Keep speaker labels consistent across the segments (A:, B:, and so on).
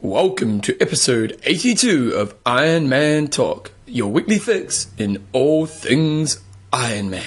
A: Welcome to episode 82 of Iron Man Talk, your weekly fix in all things Iron Man.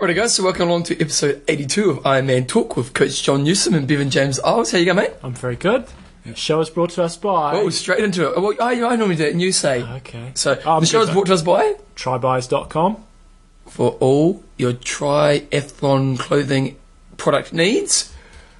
A: Alright guys, so welcome along to episode 82 of Iron Man Talk with Coach John Newsom and Bevan James Isles. How you going, mate?
B: I'm very good. The show is brought to us by
A: Oh, straight into it. Well, I, I normally do it, and you say.
B: Okay.
A: So,
B: Oh, I'm
A: the show
B: good,
A: is
B: mate.
A: brought to us by
B: trybuys.com.
A: for all your triathlon clothing product needs,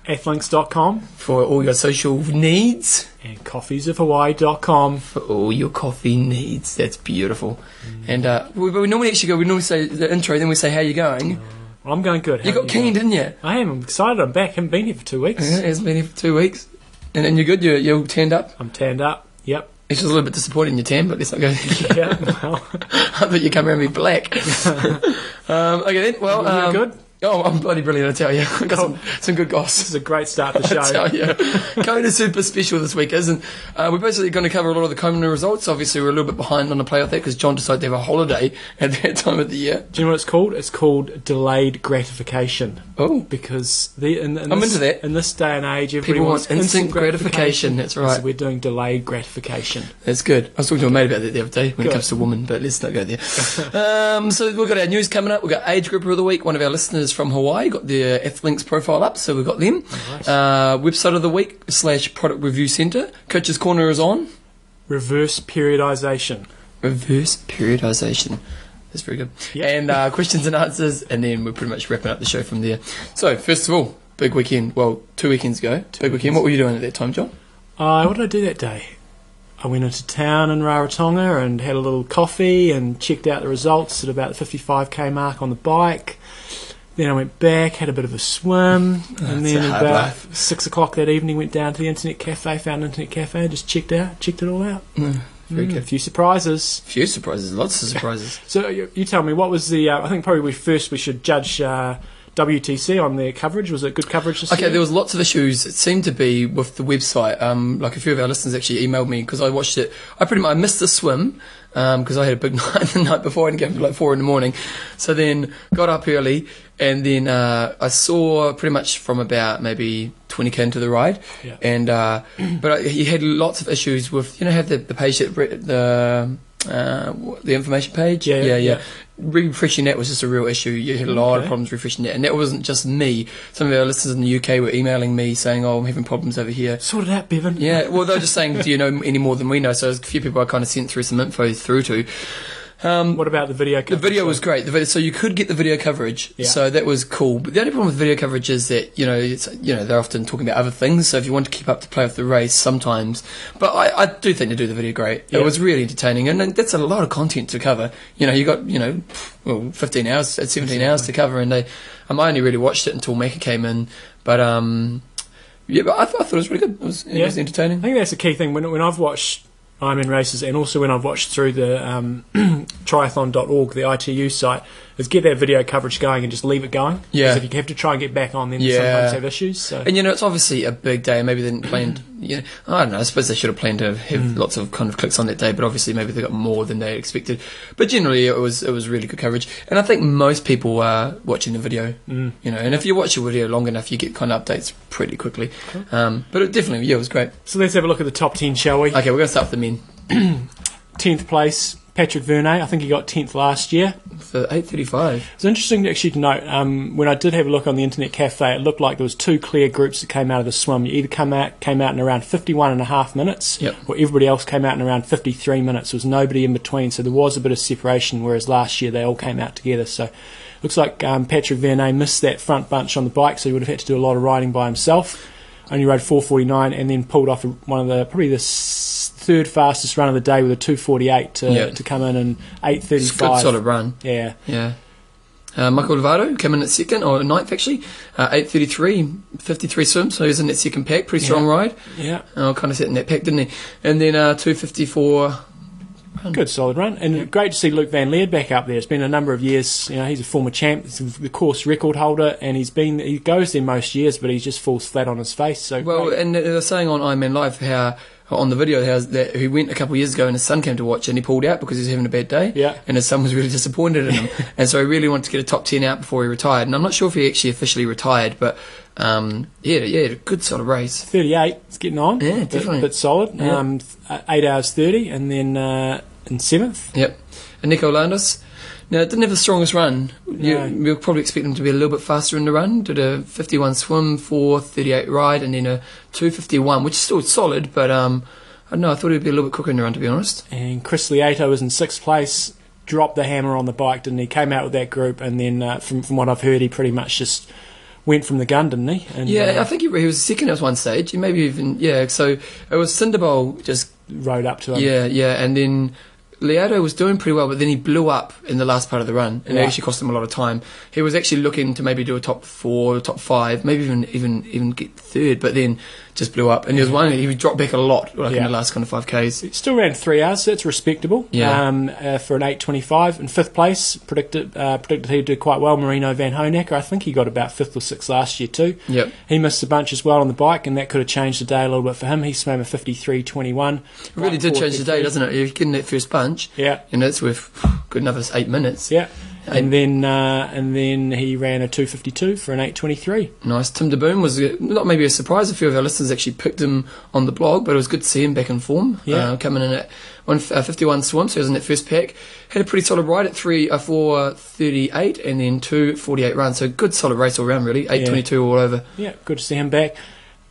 B: Ethlinks.com
A: for all your social needs,
B: and coffeesofhawaii.com.
A: for all your coffee needs. That's beautiful.
B: Mm.
A: And uh, we, we normally actually go. We normally say the intro, then we say how you going.
B: I'm going good.
A: you
B: How
A: got
B: are
A: keen, didn't you?
B: going? I am. I'm excited. I'm back. Haven't been here for two weeks.
A: Yeah, it hasn't been here for two weeks, and, and you're good. You're you're all tanned up.
B: I'm tanned up. Yep.
A: It's just a little bit disappointing you're tan, but let's not go.
B: Yeah. Well,
A: I thought you come around me black. um, okay then. Well,
B: you're
A: um,
B: good.
A: Oh, I'm bloody brilliant, I tell you. I got some, some good goss.
B: This is a great start to the
A: I
B: show.
A: tell you. Kona is super special this week, isn't uh, We're basically going to cover a lot of the Kona results. Obviously, we're a little bit behind on the playoff there because John decided to have a holiday at that time of the year.
B: Do you know what it's called? It's called delayed gratification.
A: Oh,
B: Because the, in, in
A: I'm
B: this,
A: into that.
B: In this day and age, everybody
A: people
B: wants
A: want instant gratification. That's
B: So
A: right.
B: we're doing delayed gratification.
A: That's good. I was talking to a mate about that the other day when it
B: Good.
A: comes to women, but let's not go there. um, so we've got our news coming up. We've got Age Grouper of the Week. One of our listeners from Hawaii got their Athlinks profile up, so we've got them.
B: Oh, Nice.
A: Uh, website of the Week slash Product Review Centre. Coach's Corner is on.
B: Reverse periodization.
A: reverse periodization. That's very good.
B: Yeah.
A: And uh, questions and answers, and then we're pretty much wrapping up the show from there. So, first of all, big weekend. Well, two weekends ago. big weekend. What were you doing at that time, John?
B: Uh, what did I do that day? I went into town in Rarotonga and had a little coffee and checked out the results at about the 55k mark on the bike. Then I went back, had a bit of a swim, and
A: That's a
B: then
A: hard
B: about
A: life.
B: six o'clock that evening went down to the internet cafe, found an internet cafe, just checked out, checked it all out.
A: Very
B: Mm, A
A: good.
B: few surprises.
A: Hmm. Few surprises, lots of surprises.
B: So you, you tell me, what was the? Uh, I think probably we first we should judge uh, WTC on their coverage. Was it good coverage? This
A: Okay,
B: year?
A: there was lots of issues. It seemed to be with the website. Um, like a few of our listeners actually emailed me because I watched it. I pretty much I missed the swim because I had a big night the night before and came up at like four in the morning. So then got up early and then uh, I saw pretty much from about maybe twenty k into the ride.
B: Yeah.
A: And uh, but I, he had lots of issues with you know have the the page that re- the uh, what- the information page.
B: Yeah,
A: yeah. yeah
B: yeah.
A: refreshing that was just a real issue. You had a lot of
B: Okay.
A: problems refreshing that, and that wasn't just me. Some of our listeners in the UK were emailing me saying, "Oh, I'm having problems over here."
B: Sort it out, Bevan.
A: Yeah, well, they're just saying, "Do you know any more than we know?" So there's a few people I kind of sent through some info through to. Um,
B: What about the video?
A: the video was great. The video, so you could get the video coverage.
B: Yeah.
A: So that was cool. But the only problem with video coverage is that you know it's, you know they're often talking about other things. So if you want to keep up to play with the race, sometimes. But I, I do think they do the video great. It
B: Yeah.
A: was really entertaining, and then that's a lot of content to cover. You know, you got you know, well, fifteen hours, uh, seventeen hours to cover, and they. Um, I only really watched it until Mecca came in, but um, yeah, but I, th- I thought it was really good. It was, it
B: Yeah.
A: was entertaining.
B: I think that's the key thing. When, when I've watched Ironman races and also when I've watched through the um, triathlon.org, the ITU site, is get that video coverage going and just leave it going. 'Cause
A: Yeah.
B: If you have to try and get back on, then you
A: Yeah.
B: sometimes have issues. So.
A: And you know, it's obviously a big day. Maybe they didn't plan. You know, I don't know. I suppose they should have planned to have lots of kind of clicks on that day, but obviously maybe they got more than they expected. But generally, it was it was really good coverage. And I think most people are watching the video.
B: Mm.
A: You know, and if you watch a video long enough, you get kind of updates pretty quickly. Um, but it definitely, yeah, it was great.
B: So let's have a look at the top 10, shall we?
A: Okay, we're gonna start with the men.
B: 10th place, Patrick Vernay. I think he got 10th last year.
A: So eight thirty-five.
B: It's interesting actually to note um, when I did have a look on the internet cafe, it looked like there was two clear groups that came out of the swim. You either come out came out in around 51 and a half minutes,
A: Yep.
B: or everybody else came out in around 53 minutes. There was nobody in between, so there was a bit of separation. Whereas last year they all came out together. So looks like um, Patrick Vernay missed that front bunch on the bike, so he would have had to do a lot of riding by himself. Only rode 4:49 and then pulled off one of the probably the s- third fastest run of the day with a 2:48 to,
A: Yep.
B: to come in and
A: It's a good
B: 8:35.
A: solid run.
B: yeah.
A: Yeah. Uh, Michael Lovato came in at second, or ninth actually, uh, 8.33, 53 swim, so he was in that second pack, pretty strong
B: Yeah.
A: ride.
B: Yeah.
A: Oh, kind of set in that pack, didn't he? And then uh, 254, run.
B: Good solid run, and great to see Luke Van Leerd back up there. It's been a number of years. You know, he's a former champ, he's the course record holder, and he's been he goes there most years, but he just falls flat on his face. So
A: Well, uh,
B: great.
A: and they were saying on Iron Man Live how on the video how that he went a couple of years ago and his son came to watch and he pulled out because he was having a bad day.
B: Yeah.
A: And his son was really disappointed in him, and so he really wanted to get a top ten out before he retired. And I'm not sure if he actually officially retired, but um, yeah, yeah, good sort of race.
B: 38. It's getting on.
A: Yeah,
B: Bit-
A: definitely.
B: Bit, solid.
A: Yeah.
B: Um, th- uh, eight hours 30, and then uh, in seventh.
A: Yep. And Nico Landis. Now, it didn't have the strongest run.
B: No.
A: You, you'll probably expect him to be a little bit faster in the run. Did a 51 swim, 438 ride, and then a 251, which is still solid, but um, I don't know. I thought he'd be a little bit quicker in the run, to be honest.
B: And Chris Lieto was in sixth place. Dropped the hammer on the bike, didn't he? Came out with that group, and then uh, from from what I've heard, he pretty much just went from the gun, didn't he? And,
A: Yeah, I
B: uh,
A: think he, he was second at one stage, and maybe even, yeah. So it was Cinderball just,
B: rode up to him.
A: yeah, yeah, and then. Leado was doing pretty well, but then he blew up in the last part of the run, and it
B: Right.
A: actually cost him a lot of time. He was actually looking to maybe do a top four, top five, maybe even even even get third, but then just blew up. And he was one he dropped back a lot, like in
B: Yeah.
A: the last kind of five k's.
B: It Still ran three hours, so it's respectable.
A: Yeah.
B: Um, uh, for an eight twenty-five in fifth place, predicted uh, predicted he'd do quite well. Marino van Honecker, I think he got about fifth or sixth last year too.
A: Yep.
B: He missed a bunch as well on the bike, and that could have changed the day a little bit for him. He swam a 53.21.
A: It really did change the day, doesn't it? If you get in that first punch,
B: Yeah.
A: you know, it's worth good another eight minutes.
B: Yeah. And then uh, and then he ran a 252 for an 823.
A: Nice. Tim de Boom was uh, not maybe a surprise. A few of our listeners actually picked him on the blog, but it was good to see him back in form.
B: Yeah.
A: Uh, coming in at one, uh, 51 swim, so he was in that first pack. Had a pretty solid ride at 3 uh, 4 38 and then 2 48 runs. So good solid race all round, really. 8.22 all over.
B: Yeah, good to see him back.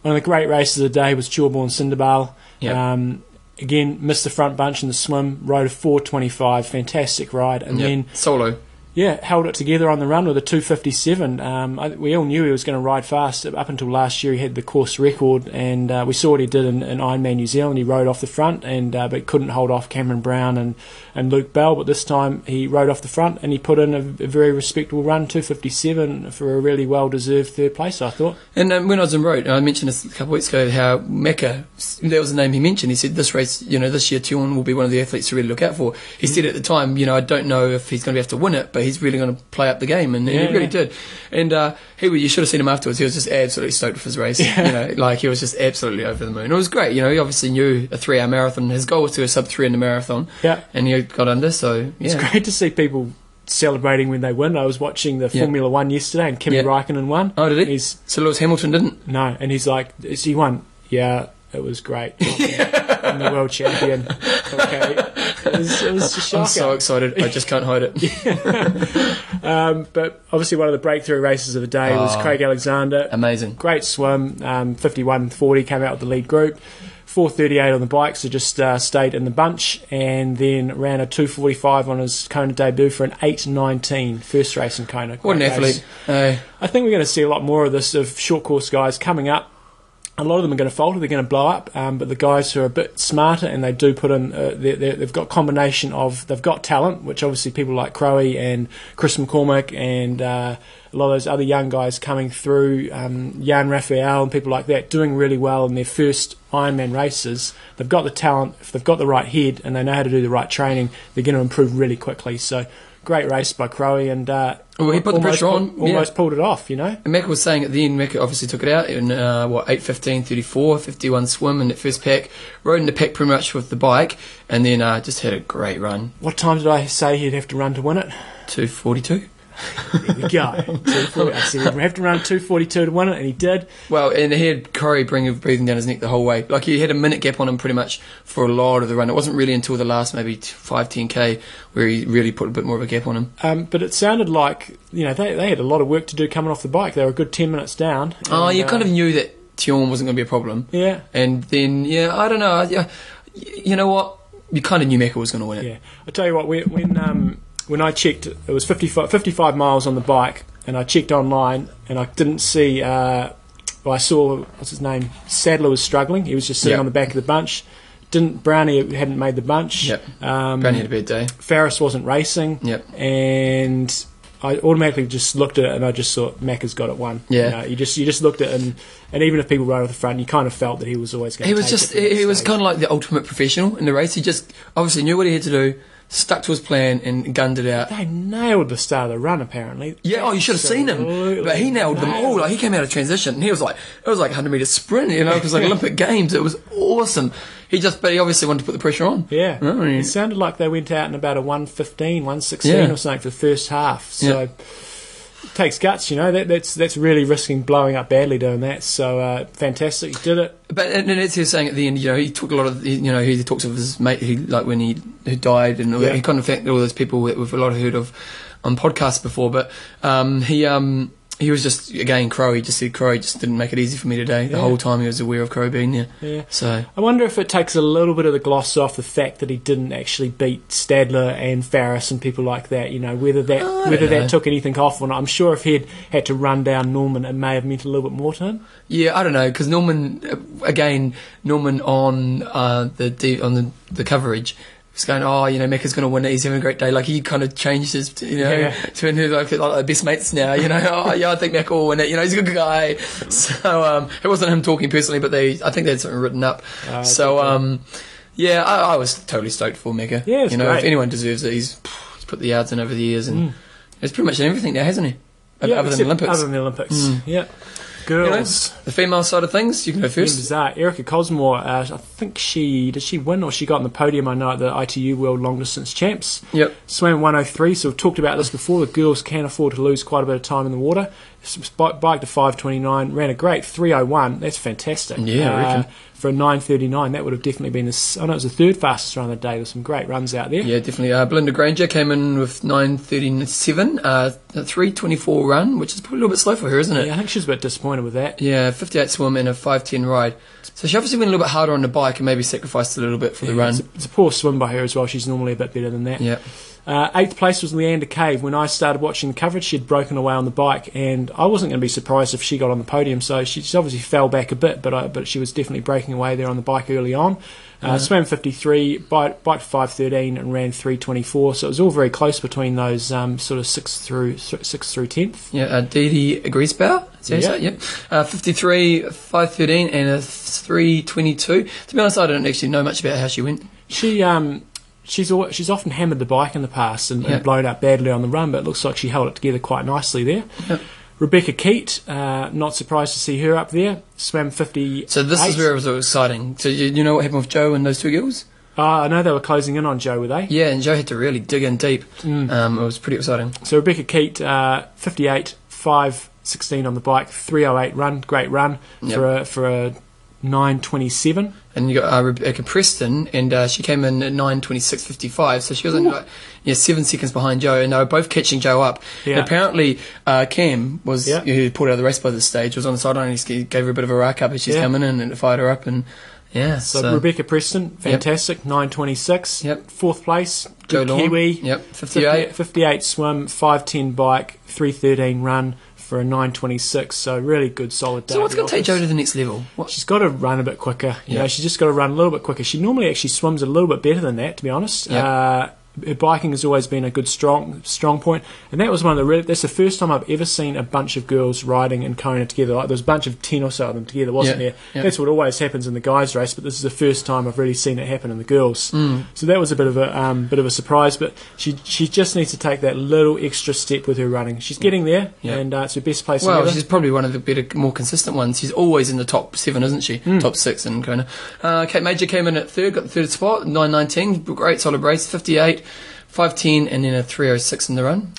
B: One of the great races of the day was Chilbourne Cinderbale.
A: Yeah.
B: Um, again, missed the front bunch in the swim, rode a 425, fantastic ride, and
A: Yep.
B: then
A: Solo.
B: Yeah, held it together on the run with a 257. Um, I, we all knew he was going to ride fast. Up until last year, he had the course record, and uh, we saw what he did in, in Ironman New Zealand. He rode off the front, and uh, but couldn't hold off Cameron Brown and, and Luke Bell. But this time, he rode off the front, and he put in a, a very respectable run, 257, for a really well deserved third place. I thought.
A: And um, when I was in Road, I mentioned this a couple of weeks ago how Mecca, that was the name he mentioned. He said, This race, you know, this year, Tion will be one of the athletes to really look out for. He
B: Mm.
A: said at the time, you know, I don't know if he's going to be able to win it, but he's really going to play up the game. And, and
B: Yeah,
A: he really
B: yeah.
A: did. And uh, he, was- you should have seen him afterwards. He was just absolutely stoked with his race. You know, like he was just absolutely over the moon. It was great. You know, he obviously knew a three hour marathon. His goal was to a sub three in the marathon.
B: Yeah.
A: And he got under, so yeah.
B: It's great to see people celebrating when they win. I was watching the
A: Yeah.
B: Formula One yesterday, and Kimi
A: Yeah.
B: Raikkonen won.
A: Oh, did he?
B: He's
A: So Lewis Hamilton didn't.
B: No, and he's like, "Is he won? Yeah, it was great. I'm the world champion. Okay, it was, it was a shocker.
A: I'm so excited. I just can't hide it.
B: um, but obviously, one of the breakthrough races of the day was
A: Oh.
B: Craig Alexander.
A: Amazing.
B: Great swim, um, 51.40 came out with the lead group. 4.38 on the bike, so just uh, stayed in the bunch, and then ran a 2.45 on his Kona debut for an 8.19 first race in Kona.
A: What an
B: Great race.
A: athlete. Uh,
B: I think we're going to see a lot more of this of short course guys coming up. A lot of them are going to falter, they're going to blow up, um, but the guys who are a bit smarter and they do put in, uh, they they they've got combination of, they've got talent, which obviously people like Crowe and Chris McCormick and uh, a lot of those other young guys coming through, um, Jan Raphael and people like that, doing really well in their first Ironman races. They've got the talent, if they've got the right head and they know how to do the right training, they're going to improve really quickly. So great race by Crowe and uh,
A: Well, he put the
B: almost
A: pressure on,
B: pu-
A: yeah.
B: Almost pulled it off, you know.
A: And Mecca was saying at the end, Mecca obviously took it out in, uh, what, 8 15, 34, 51 swim in that first pack, rode in the pack pretty much with the bike, and then uh, just had a great run.
B: What time did I say he'd have to run to win it?
A: 242.
B: There we go. 240. I said he'd have to run 242 to win it, and he did.
A: Well, and he had Corey bringing, breathing down his neck the whole way. Like, he had a minute gap on him pretty much for a lot of the run. It wasn't really until the last maybe t- 5, 10k where he really put a bit more of a gap on him.
B: Um, but it sounded like, you know, they, they had a lot of work to do coming off the bike. They were a good 10 minutes down.
A: oh,
B: and,
A: you
B: uh,
A: kind of knew that Tion wasn't going to be a problem.
B: Yeah.
A: And then, yeah, I don't know. I- Yeah, y- you know what? You kind of knew Mecca was going to win it.
B: Yeah, I tell you what, when when, um, when I checked, it was 55, 55 miles on the bike, and I checked online, and I didn't see. Uh, well, I saw what's his name, Sadler was struggling. He was just sitting
A: Yeah.
B: on the back of the bunch. Didn't Brownie hadn't made the bunch.
A: Yep.
B: Um,
A: Brown had a bad day.
B: Ferris wasn't racing.
A: Yep.
B: And I automatically just looked at it and I just thought Mac has got it one.
A: Yeah.
B: you, know, you just you just looked at it and and even if people rode off the front, you kind of felt that he was always going.
A: He was just he, he was kind of like the ultimate professional in the race. He just obviously knew what he had to do, stuck to his plan, and gunned it out.
B: They nailed the start of the run apparently.
A: Yeah, oh, you should have seen him.
B: Absolutely
A: But he nailed them all. Like he came out of transition, and he was like, it was like 100 meter sprint. You know, it was like Olympic Games. It was awesome. He just, but he obviously wanted to put the pressure on.
B: Yeah.
A: You know, and he-
B: It sounded like they went out in about a 115, 116
A: Yeah.
B: or something for the first half. So it takes guts, you know. That, that's that's really risking blowing up badly doing that. So uh, fantastic. You did it.
A: But and, and as he was saying at the end, you know, he talked a lot of, he- you know, he talks of his mate who, like, when he who died, and all that.
B: Yeah.
A: he kind of thanked all those people that we've a lot heard of on podcasts before. But um, he um, he was just again Crow. He just said Crow just didn't make it easy for me today. The
B: Yeah.
A: whole time he was aware of Crow being there.
B: Yeah.
A: So
B: I wonder if it takes a little bit of the gloss off the fact that he didn't actually beat Stadler and Farris and people like that. You know whether that
A: I don't
B: whether
A: know.
B: that took anything off or not. I'm sure if he'd had to run down Norman, it may have meant a little bit more to him.
A: yeah, I don't know because Norman uh, again Norman on uh, the D, on the, the coverage. was going, oh, you know, Mecca's going to win it. He's having a great day. Like he kind of changed his, you know,
B: Yeah.
A: to into like, like best mates now. You know, oh yeah, I think Mecca will win it. You know, he's a good guy. So um, it wasn't him talking personally, but they, I think they had something written up.
B: Uh,
A: so
B: good
A: um, yeah, I, I was totally stoked for Mecca.
B: Yeah, it's
A: you know, if
B: great. Mm.
A: anyone deserves it, he's, he's put the yards in over the years, and he's pretty much done everything now, hasn't he? other
B: Yeah,
A: than
B: except
A: Olympics,
B: Other than the Olympics. Yeah. Girls.
A: the female side of things, you can go
B: First,
A: first.
B: members are Erica Cosmore. Uh, I think she did she win or she got on the podium. I know at the ITU World Long Distance Champs.
A: Yep.
B: Swam 103. So we've talked about this before. The girls can afford to lose quite a bit of time in the water. S- s- bi- Biked to 529. Ran a great 301. That's fantastic. Uh,
A: Yeah, I reckon.
B: For a 939, that would have definitely been. the s I know it was the third fastest run of the day. There's some great runs out there.
A: Yeah, definitely. Uh, Belinda Granger came in with 9.37, uh, a 3.24 run, which is probably a little bit slow for her, isn't it?
B: Yeah, I think she was a bit disappointed with that.
A: Yeah, 58 swim and a 5.10 ride. So she obviously went a little bit harder on the bike and maybe sacrificed a little bit for the run.
B: It's a, it's a poor swim by her as well. She's normally a bit better than that.
A: Yeah.
B: Uh, eighth place was Leander Cave. When I started watching the coverage, she had broken away on the bike, and I wasn't going to be surprised if she got on the podium. So she, she obviously fell back a bit, but I, but she was definitely breaking away there on the bike early on. Uh, Swam 53, bike, bike 513, and ran 324. So it was all very close between those um, sort of sixth through th- sixth through tenth.
A: Yeah, uh, Dee Dee Griesbauer, is that
B: Yeah.
A: yeah. Yep. Uh, 53, 5.13 and a 3.22. To be honest, I don't actually know much about how she went.
B: She um, she's al- she's often hammered the bike in the past and,
A: Yeah.
B: and blown up badly on the run, but it looks like she held it together quite nicely there. Rebecca Keat, uh, not surprised to see her up there. Swam 50.
A: So this is where it was exciting. So you, you know what happened with Joe and those two girls?
B: Ah, I know they were closing in on Joe, were they?
A: Yeah, and Joe had to really dig in deep.
B: Hmm.
A: Um, it was pretty exciting.
B: So Rebecca Keat, uh, 58, 5, 16 on the bike, 308 run, great run
A: Yep.
B: for a, for a 927.
A: and you got uh, Rebecca Preston, and uh, she came in at nine twenty six fifty five, so she was only like yeah seven seconds behind Joe, and they were both catching Joe up.
B: Yeah.
A: And apparently, uh, Cam was
B: Yeah.
A: who pulled out of the race by this stage was on the sideline, and he gave her a bit of a rack up as she's
B: Yeah.
A: coming in, and it fired her up, and yeah,
B: So,
A: so,
B: Rebecca Preston, fantastic, 926.
A: Yep.
B: Fourth place,
A: Joe
B: good
A: Lawn,
B: Kiwi.
A: yep, fifty
B: 58,
A: eight.
B: 58 swim, 510 bike, 313 run for a 926. So really good, solid day.
A: So
B: at
A: what's
B: the
A: going to take
B: office.
A: Joe to the next level? What?
B: She's got to run a bit quicker. You
A: Yeah.
B: know, she's just got to run a little bit quicker. She normally actually swims a little bit better than that, to be honest.
A: Yeah.
B: Uh, her biking has always been a good strong strong point, and that was one of the really. That's the first time I've ever seen a bunch of girls riding in Kona together. Like there was a bunch of ten or so of them together, wasn't
A: Yeah,
B: there?
A: yeah.
B: That's what always happens in the guys' race, but this is the first time I've really seen it happen in the girls.
A: Mm.
B: So that was a bit of a um, bit of a surprise, but she she just needs to take that little extra step with her running. She's getting there,
A: Yeah.
B: and uh, it's her best place.
A: Well,
B: ever.
A: she's probably one of the better, more consistent ones. She's always in the top seven, isn't she?
B: Hmm.
A: Top six in Kona. Uh, Kate Major came in at third, got the third spot, nine nineteen. Great solid race, fifty eight, five ten, and then a three oh six in the run.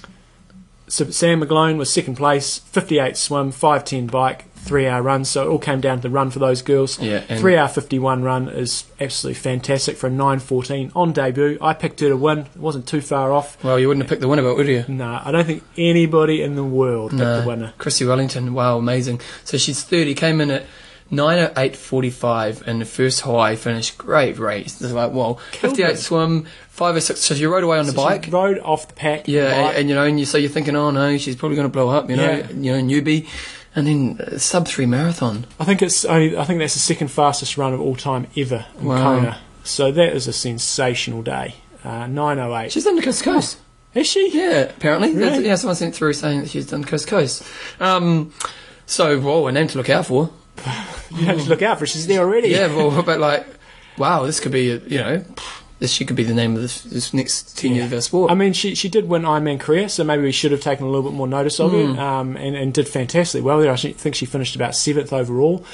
B: So Sam McGlone was second place, 58 swim, 510 bike, three hour run. So it all came down to the run for those girls.
A: Yeah, and-
B: Three hour 51 run is absolutely fantastic for a 914 on debut. I picked her to win. It wasn't too far off.
A: Well, you wouldn't have picked the winner, but would you?
B: Nah, I don't think anybody in the world picked
A: No.
B: the winner.
A: Chrissy Wellington, wow, amazing. So she's 30, came in at 908.45 and the first high finish. Great race. It's like, wow.
B: Killed
A: 58
B: it.
A: swim, 506. So she rode away on the
B: So
A: bike.
B: She rode off the pack.
A: yeah,
B: the bike.
A: and, and, you know, and you so you're thinking, oh no, she's probably going to blow up, you know,
B: Yeah.
A: you know, newbie. And then uh, sub three marathon.
B: I think it's only, I think that's the second fastest run of all time ever in
A: Wow.
B: Kona. So that is a sensational day. Uh, 908.
A: She's done the coast to coast.
B: Is she?
A: Yeah, apparently.
B: Really?
A: That's- Yeah, someone sent through saying that she's done Coast to Coast. Um, so, well, a name to look out for.
B: You have to look out for her. She's there already.
A: Yeah, well, but like, wow, this could be, a, you know, this she could be the name of this, this next 10 years of our sport.
B: I mean, she she did win Ironman Korea, so maybe we should have taken a little bit more notice of
A: Hmm.
B: her, um, and, and did fantastically well there. I sh- think she finished about seventh overall.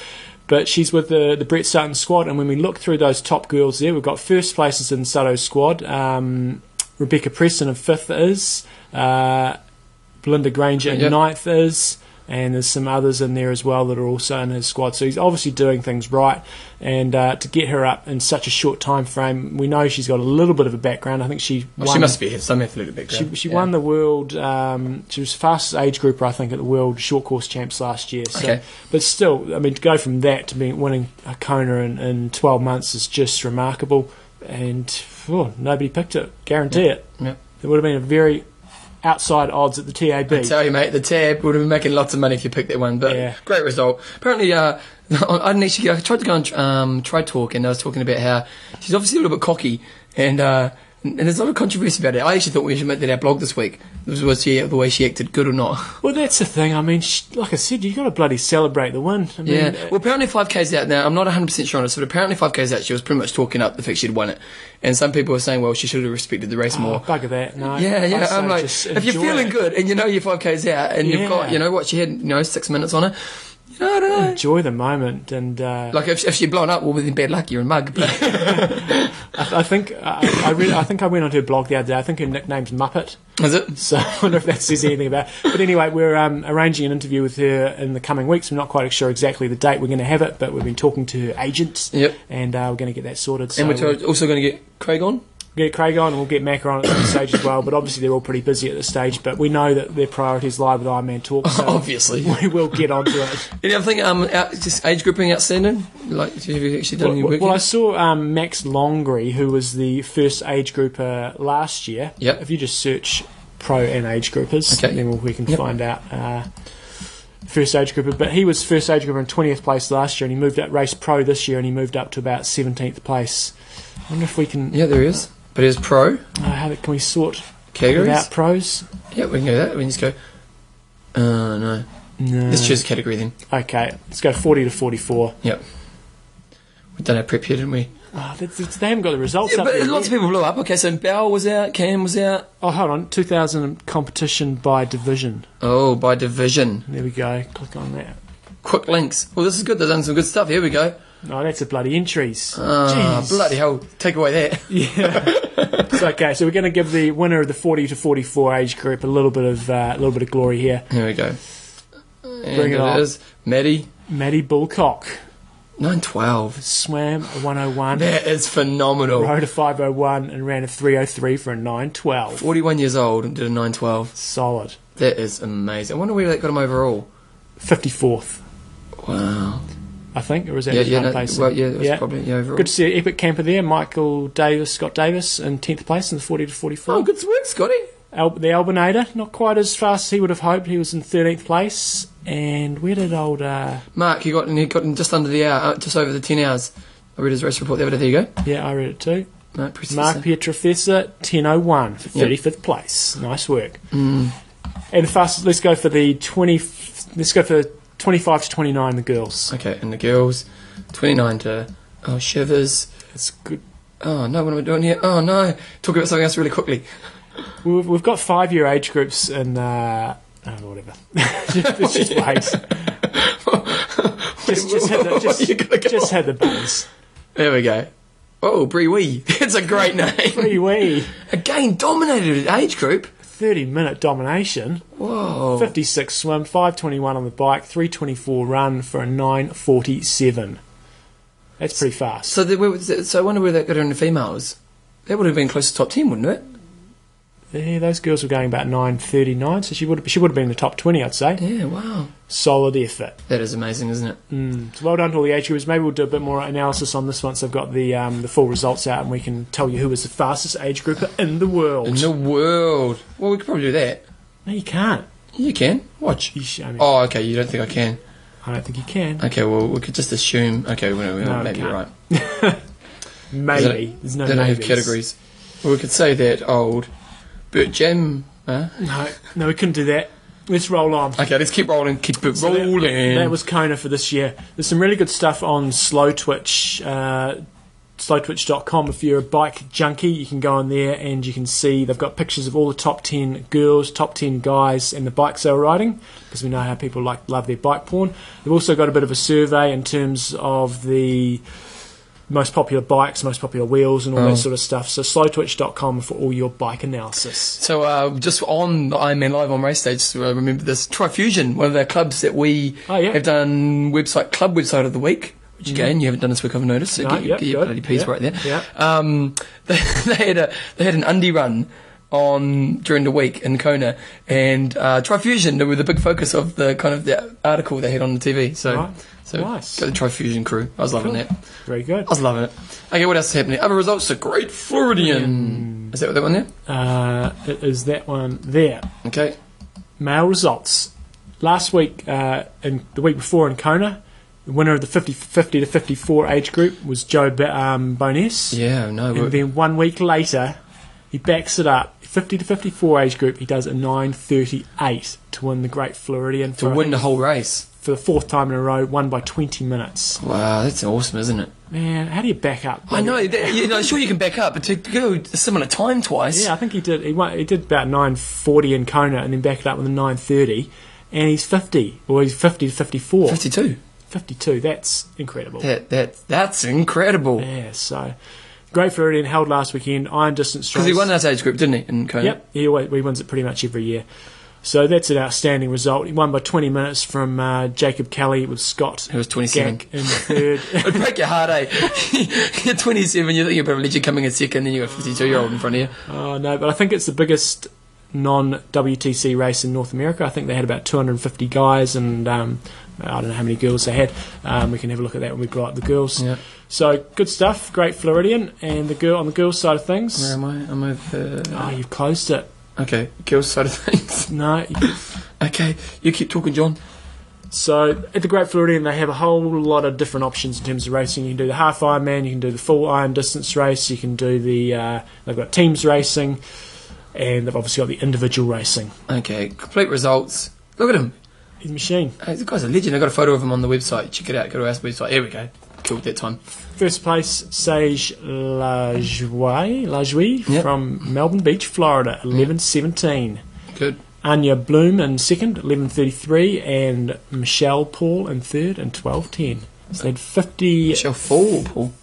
B: But she's with the the Brett Sutton squad, and when we look through those top girls there, we've got first places in Sutto's squad. Um, Rebecca Preston in fifth is, uh, Belinda Granger in
A: Granger.
B: ninth is, and there's some others in there as well that are also in his squad. So he's obviously doing things right, and uh, to get her up in such a short time frame, we know she's got a little bit of a background. I think she
A: Well,
B: won
A: she must be here, some athletic background.
B: she, she
A: Yeah.
B: won the world. Um, she was fastest age grouper, I think, at the world short course champs last year. So,
A: Okay.
B: but still, I mean, to go from that to being winning a Kona in, in twelve months is just remarkable. And oh, nobody picked it. Guarantee it.
A: Yeah.
B: It would have been a very outside odds at the TAB.
A: I tell you, mate, the tab would have been making lots of money if you picked that one. But
B: Yeah.
A: great result. Apparently, uh, I didn't actually. I tried to go on um, try talk, and I was talking about how she's obviously a little bit cocky, and uh, and there's a lot of controversy about it. I actually thought we should make that our blog this week. Was, was she the way she acted, good or not?
B: Well, that's the thing. I mean, sh- like I said, you got to bloody celebrate the win. I mean, uh,
A: Yeah. Well, apparently 5K's out now. I'm not 100% sure on this, but apparently 5K's out. She was pretty much talking up the fact she'd won it. And some people were saying, well, she should have respected the race
B: oh,
A: more.
B: bugger that. No.
A: Yeah,
B: I
A: yeah.
B: say
A: I'm like,
B: just
A: if you're
B: enjoy
A: feeling
B: it.
A: good and you know your 5K's out and you've got,
B: Yeah.
A: you know, what, she had, you know, six minutes on her, you know, I don't know.
B: enjoy the moment and. Uh,
A: Like, if, if she'd blown up, well, then bad luck, you're a mug. But
B: I think I, I, re- I think I went onto her blog the other day. I think her nickname's Muppet,
A: is it?
B: so I wonder if that says anything about. It. But anyway, we're um, arranging an interview with her in the coming weeks. We're not quite sure exactly the date we're going to have it, but we've been talking to her agents,
A: Yep.
B: and uh, we're going to get that sorted. So
A: And
B: we'll
A: we're also going to get Craig on.
B: get Craig on, and we'll get Macca on at some stage as well. But obviously, they're all pretty busy at this stage. But we know that their priorities lie with Iron Man Talk, so
A: Obviously.
B: we will get onto it.
A: Any other thing, um, out, just age grouping outstanding? Like, have you actually done any
B: Well,
A: work?
B: well, I
A: yet?
B: saw um, Max Longry, who was the first age grouper last year.
A: Yep.
B: If you just search pro and age groupers,
A: Okay.
B: then we can
A: Yep.
B: find out uh, first age grouper. But he was first age grouper in 20th place last year, and he moved up race pro this year, and he moved up to about 17th place. I wonder if we can.
A: yeah, there he is. But here's pro
B: Uh, how that- can we sort
A: categories.
B: without pros?
A: Yeah, we can go that. We can just go. Uh, no.
B: No.
A: Let's choose a category then.
B: Okay, let's go 40 to 44.
A: Yep. We've done our prep here, didn't we?
B: Oh, that's, that's, they haven't got the results
A: Yeah,
B: up
A: but
B: there
A: lots
B: yet.
A: of people blew up. Okay, so Bell was out, Cam was out.
B: Oh, hold on. 2000 competition by division.
A: Oh, by division.
B: There we go. Click on that.
A: Quick links. Well, this is good. They've done some good stuff. Here we go.
B: No, Oh, that's a bloody entries.
A: Ah,
B: Jeez.
A: bloody hell. Take away that.
B: It's okay, so we're going to give the winner of the 40 to 44 age group a little bit of uh, a little bit of glory here.
A: Here we go. And
B: Bring it on.
A: is. Maddie,
B: Maddie Bullcock
A: 912.
B: swam a 101,
A: That is phenomenal.
B: rode a 501, and ran a 303 for a 912.
A: 41 years old and did a 912.
B: Solid.
A: That is amazing. I wonder where that got him overall.
B: 54th,
A: Wow.
B: I think, or is that
A: Yeah,
B: his
A: yeah,
B: run
A: no,
B: place?
A: well, yeah, that's probably the overall.
B: Good to see Epic Camper there. Michael Davis, Scott Davis in 10th place in the 40 to 44.
A: Oh, good work, Scotty.
B: Al- the Albinator, not quite as fast as he would have hoped. He was in 13th place. And where did old. Uh,
A: Mark, you got, you got in just under the hour, uh, just over the 10 hours. I read his race report the other day. There you go.
B: yeah, I read it too.
A: No, precisely.
B: Mark Pietrofessa, 1001 for
A: Yep.
B: 35th place. Nice work.
A: Hmm.
B: And fast, let's go for the 20. Let's go for 25 to 29, the girls.
A: Okay, and the girls, 29 to. Oh, shivers.
B: It's good.
A: Oh, no, what am I doing here? Oh, no. Talk about something else really quickly.
B: We've, we've got five year age groups and. Uh, oh, whatever. just, just wait. just, just hit the,
A: You gotta go
B: just, just hit the buttons.
A: There we go. Oh, Bree Wee. It's a great name.
B: Wee wee.
A: Again, dominated at age group.
B: 30 minute domination.
A: Whoa.
B: 56 swim, 521 on the bike, 324 run for a 947. That's pretty fast.
A: So, the, where was it- so I wonder where that got her in the females. That would have been close to top 10, wouldn't it?
B: Yeah, those girls were going about nine thirty nine, so she would have, she would have been in the top twenty, I'd say.
A: Yeah, wow.
B: Solid effort.
A: That is amazing, isn't it?
B: Mm. So well done to all the age groupers. Maybe we'll do a bit more analysis on this once I've got the um, the full results out, and we can tell you who was the fastest age grouper in the world.
A: In the world. Well, we could probably do that.
B: No, you can't.
A: You can. Watch.
B: You sh- I, mean,
A: Oh, okay, you don't think I can.
B: I don't think you can.
A: Okay, well, we could just assume. Okay, well, well,
B: No,
A: maybe
B: okay.
A: you're right.
B: Maybe there's no
A: they don't have
B: maybes.
A: categories. Well, we could say that old Bert Jam. Huh?
B: No, no, we couldn't do that. Let's roll on.
A: Okay, let's keep rolling. Keep it
B: So that-
A: rolling.
B: That, was Kona for this year. There's some really good stuff on Slow Twitch, uh, slowtwitch.com. If you're a bike junkie, you can go on there and you can see they've got pictures of all the top 10 girls, top 10 guys, and the bikes they were riding because we know how people like love their bike porn. They've also got a bit of a survey in terms of the most popular bikes, most popular wheels, and all
A: Oh.
B: that sort of stuff. So slowtwitch.com for all your bike analysis.
A: So uh, just on the Ironman Live on Race Day, just uh, remember this Trifusion, one of our clubs that we
B: Oh, yeah. Mm-hmm.
A: have done website club website of the week. Which again, you haven't done this week, I've noticed. So
B: No,
A: get, your-
B: yep,
A: get your
B: good.
A: bloody piece
B: Yep,
A: right there.
B: yep.
A: Um, they, they had a they had an undie run on during the week in Kona, and uh, Trifusion they were the big focus of the kind of the article they had on the TV. So
B: Right.
A: so
B: Nice.
A: got the Trifusion crew. I was loving
B: Cool.
A: that.
B: Very good.
A: I was loving it. Okay, what else is happening? Other results: the Great Floridian. Is that what that one there?
B: Uh, it is that one there.
A: Okay.
B: male results. Last week uh, and the week before in Kona, the winner of the 50, 50 to 54 age group was Joe Ba- um, Bonis.
A: Yeah. No.
B: And
A: we're-
B: then one week later, he backs it up. 50 to 54 age group, he does a 9.38 to win the Great Floridian
A: to
B: for,
A: win the whole race.
B: for the fourth time in a row, won by 20 minutes.
A: Wow, that's awesome, isn't it?
B: Man, how do you back up?
A: I know. That, you know, sure you can back up, but to go a similar time twice.
B: Yeah, I think he did. He, won, he did about nine forty in Kona, and then back it up with a nine thirty, and he's fifty, or he's fifty to 54.
A: Fifty-two.
B: 52. That's incredible.
A: That that that's incredible.
B: Yeah, so Great Floridian held last weekend, iron distance
A: Because
B: race.
A: he won that age group, didn't he? In Kona.
B: Yep, he, always, he wins it pretty much every year. So that's an outstanding result. He won by 20 minutes from uh, Jacob Kelly with Scott
A: Who was twenty-seven.
B: Gack in third.
A: It'd break your heart, eh? you're 27, you think you're privileged, you're coming in second, then you've got a 52 year old in front of you.
B: oh, no, but I think it's the biggest non WTC race in North America. I think they had about 250 guys, and um, I don't know how many girls they had. Um, we can have a look at that when we brought up the girls.
A: Yeah.
B: So good stuff, Great Floridian. And the girl on the girls' side of things.
A: Where am I? I'm over.
B: Oh, you've closed it.
A: Okay, girls' side of things.
B: No.
A: Okay, you keep talking, John.
B: So at the Great Floridian, they have a whole lot of different options in terms of racing. You can do the half Ironman, you can do the full Iron distance race, you can do the. Uh, they've got teams racing, and they've obviously got the individual racing.
A: Okay, complete results. Look at him.
B: He's a machine.
A: Hey, this guy's a legend. I got a photo of him on the website. Check it out. Go to our website. Here we go. Killed that time.
B: First place, Sage Lajoie, Lajoie
A: Yep.
B: from Melbourne Beach, Florida, eleven seventeen.
A: Good.
B: Anya Bloom in second, eleven thirty three, and Michelle Paul in third, and twelve ten. So they had fifty.
A: Shall fall, Paul.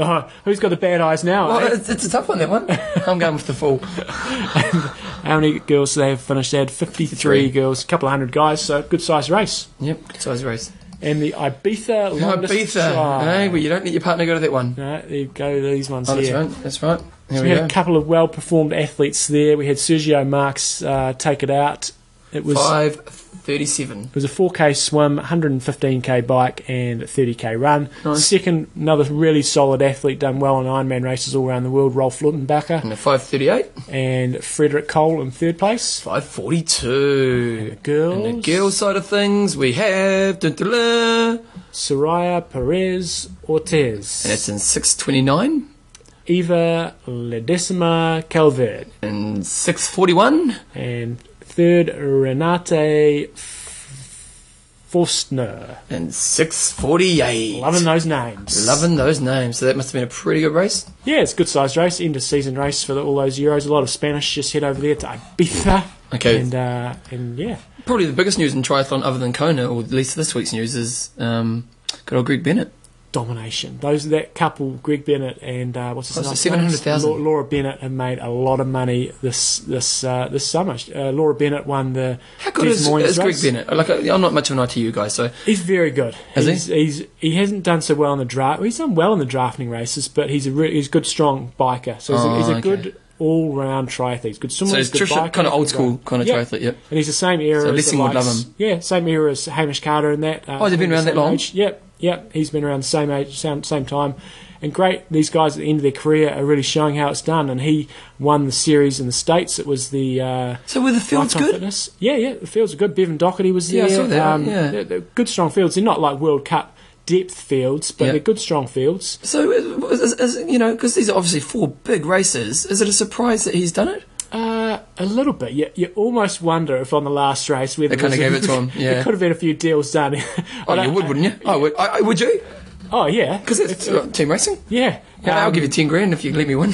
B: Oh, who's got the bad eyes now? eh?
A: Well, uh, it's, it's a tough one, that one. I'm going with the fall.
B: How many girls they have finished? They had 53
A: 53.
B: girls, a couple of hundred guys, so good sized race.
A: Yep, good size race.
B: And the Ibiza longest
A: Ibiza.
B: try.
A: Hey, well, you don't let your partner go to that one.
B: No, there you go, these ones
A: Oh, that's
B: here.
A: right. That's right. Here we
B: So we had a
A: go.
B: couple of well performed athletes there. We had Sergio Marx uh, take it out. It was
A: Five thirty-seven.
B: it was a 4k swim, 115k bike, and a 30k run.
A: Nice.
B: Second, another really solid athlete done well in Ironman races all around the world, Rolf Lutenbacher
A: And a five thirty-eight.
B: and Frederick Cole in third place.
A: Five forty-two.
B: Girls,
A: And the girl side of things, we have. dun, dun, dun, And
B: Soraya Perez Ortiz.
A: it's in six twenty-nine
B: Eva Ledesma Calvert.
A: and six forty-one.
B: And third, Renate Forstner.
A: and 648.
B: Loving those names.
A: Loving those names. So that must have been a pretty good race.
B: Yeah, it's a good sized race, end of season race for the, all those Euros. A lot of Spanish just head over there to Ibiza.
A: Okay.
B: And, uh, and yeah.
A: Probably the biggest news in triathlon, other than Kona, or at least this week's news, is um, good old Greg Bennett.
B: Domination. Those that couple, Greg Bennett and uh, what's his
A: What's
B: name?
A: it, 700,000?
B: Lau- Laura Bennett have made a lot of money this this uh, this summer. Uh, Laura Bennett won the
A: How good
B: Des
A: is,
B: Moines
A: is Greg
B: race.
A: Bennett? Like, I- I'm not much of an ITU guy, so
B: He's very good.
A: Is he?
B: he's, He's, he hasn't done so well in the draft. He's done well in the drafting races, but he's a re- he's a good, strong biker. So he's
A: Oh,
B: a, he's a
A: okay.
B: good all round triathlete. He's good swimmer.
A: so it's
B: he's good
A: just
B: biker,
A: kind of old
B: he's a good
A: school kind of
B: Yeah.
A: triathlete. Yep.
B: guy. And he's the same era.
A: So
B: as
A: Lessing
B: the
A: would love
B: likes-
A: him.
B: Yeah, same era as Hamish Carter and that. Uh,
A: Oh, they've been
B: all
A: around
B: the
A: that
B: same
A: long?
B: Age. Yep, yep. He's been around the same age, same, same time. And great, these guys at the end of their career are really showing how it's done. And he won the series in the states. It was the. Uh,
A: So were the fields
B: Icon
A: good?
B: Fitness. Yeah, yeah, the fields are good. Bevan Doherty was
A: Yeah, I
B: there.
A: saw that,
B: Um,
A: yeah.
B: they're, they're good, strong fields. They're not like World Cup depth fields, but
A: Yeah.
B: they're good, strong fields.
A: So uh, is, is, is, you know, because these are obviously four big races. Is it a surprise that he's done it?
B: Uh, A little bit. You, you almost wonder if on the last race whether
A: They kinda
B: there's a-
A: gave it to him, yeah.
B: there could have been a few deals done.
A: Oh, you would, wouldn't you? I would. I, I, would you?
B: Oh yeah,
A: Because it's uh, team racing.
B: yeah.
A: Yeah, I'll
B: Um,
A: give you ten grand if you let me win.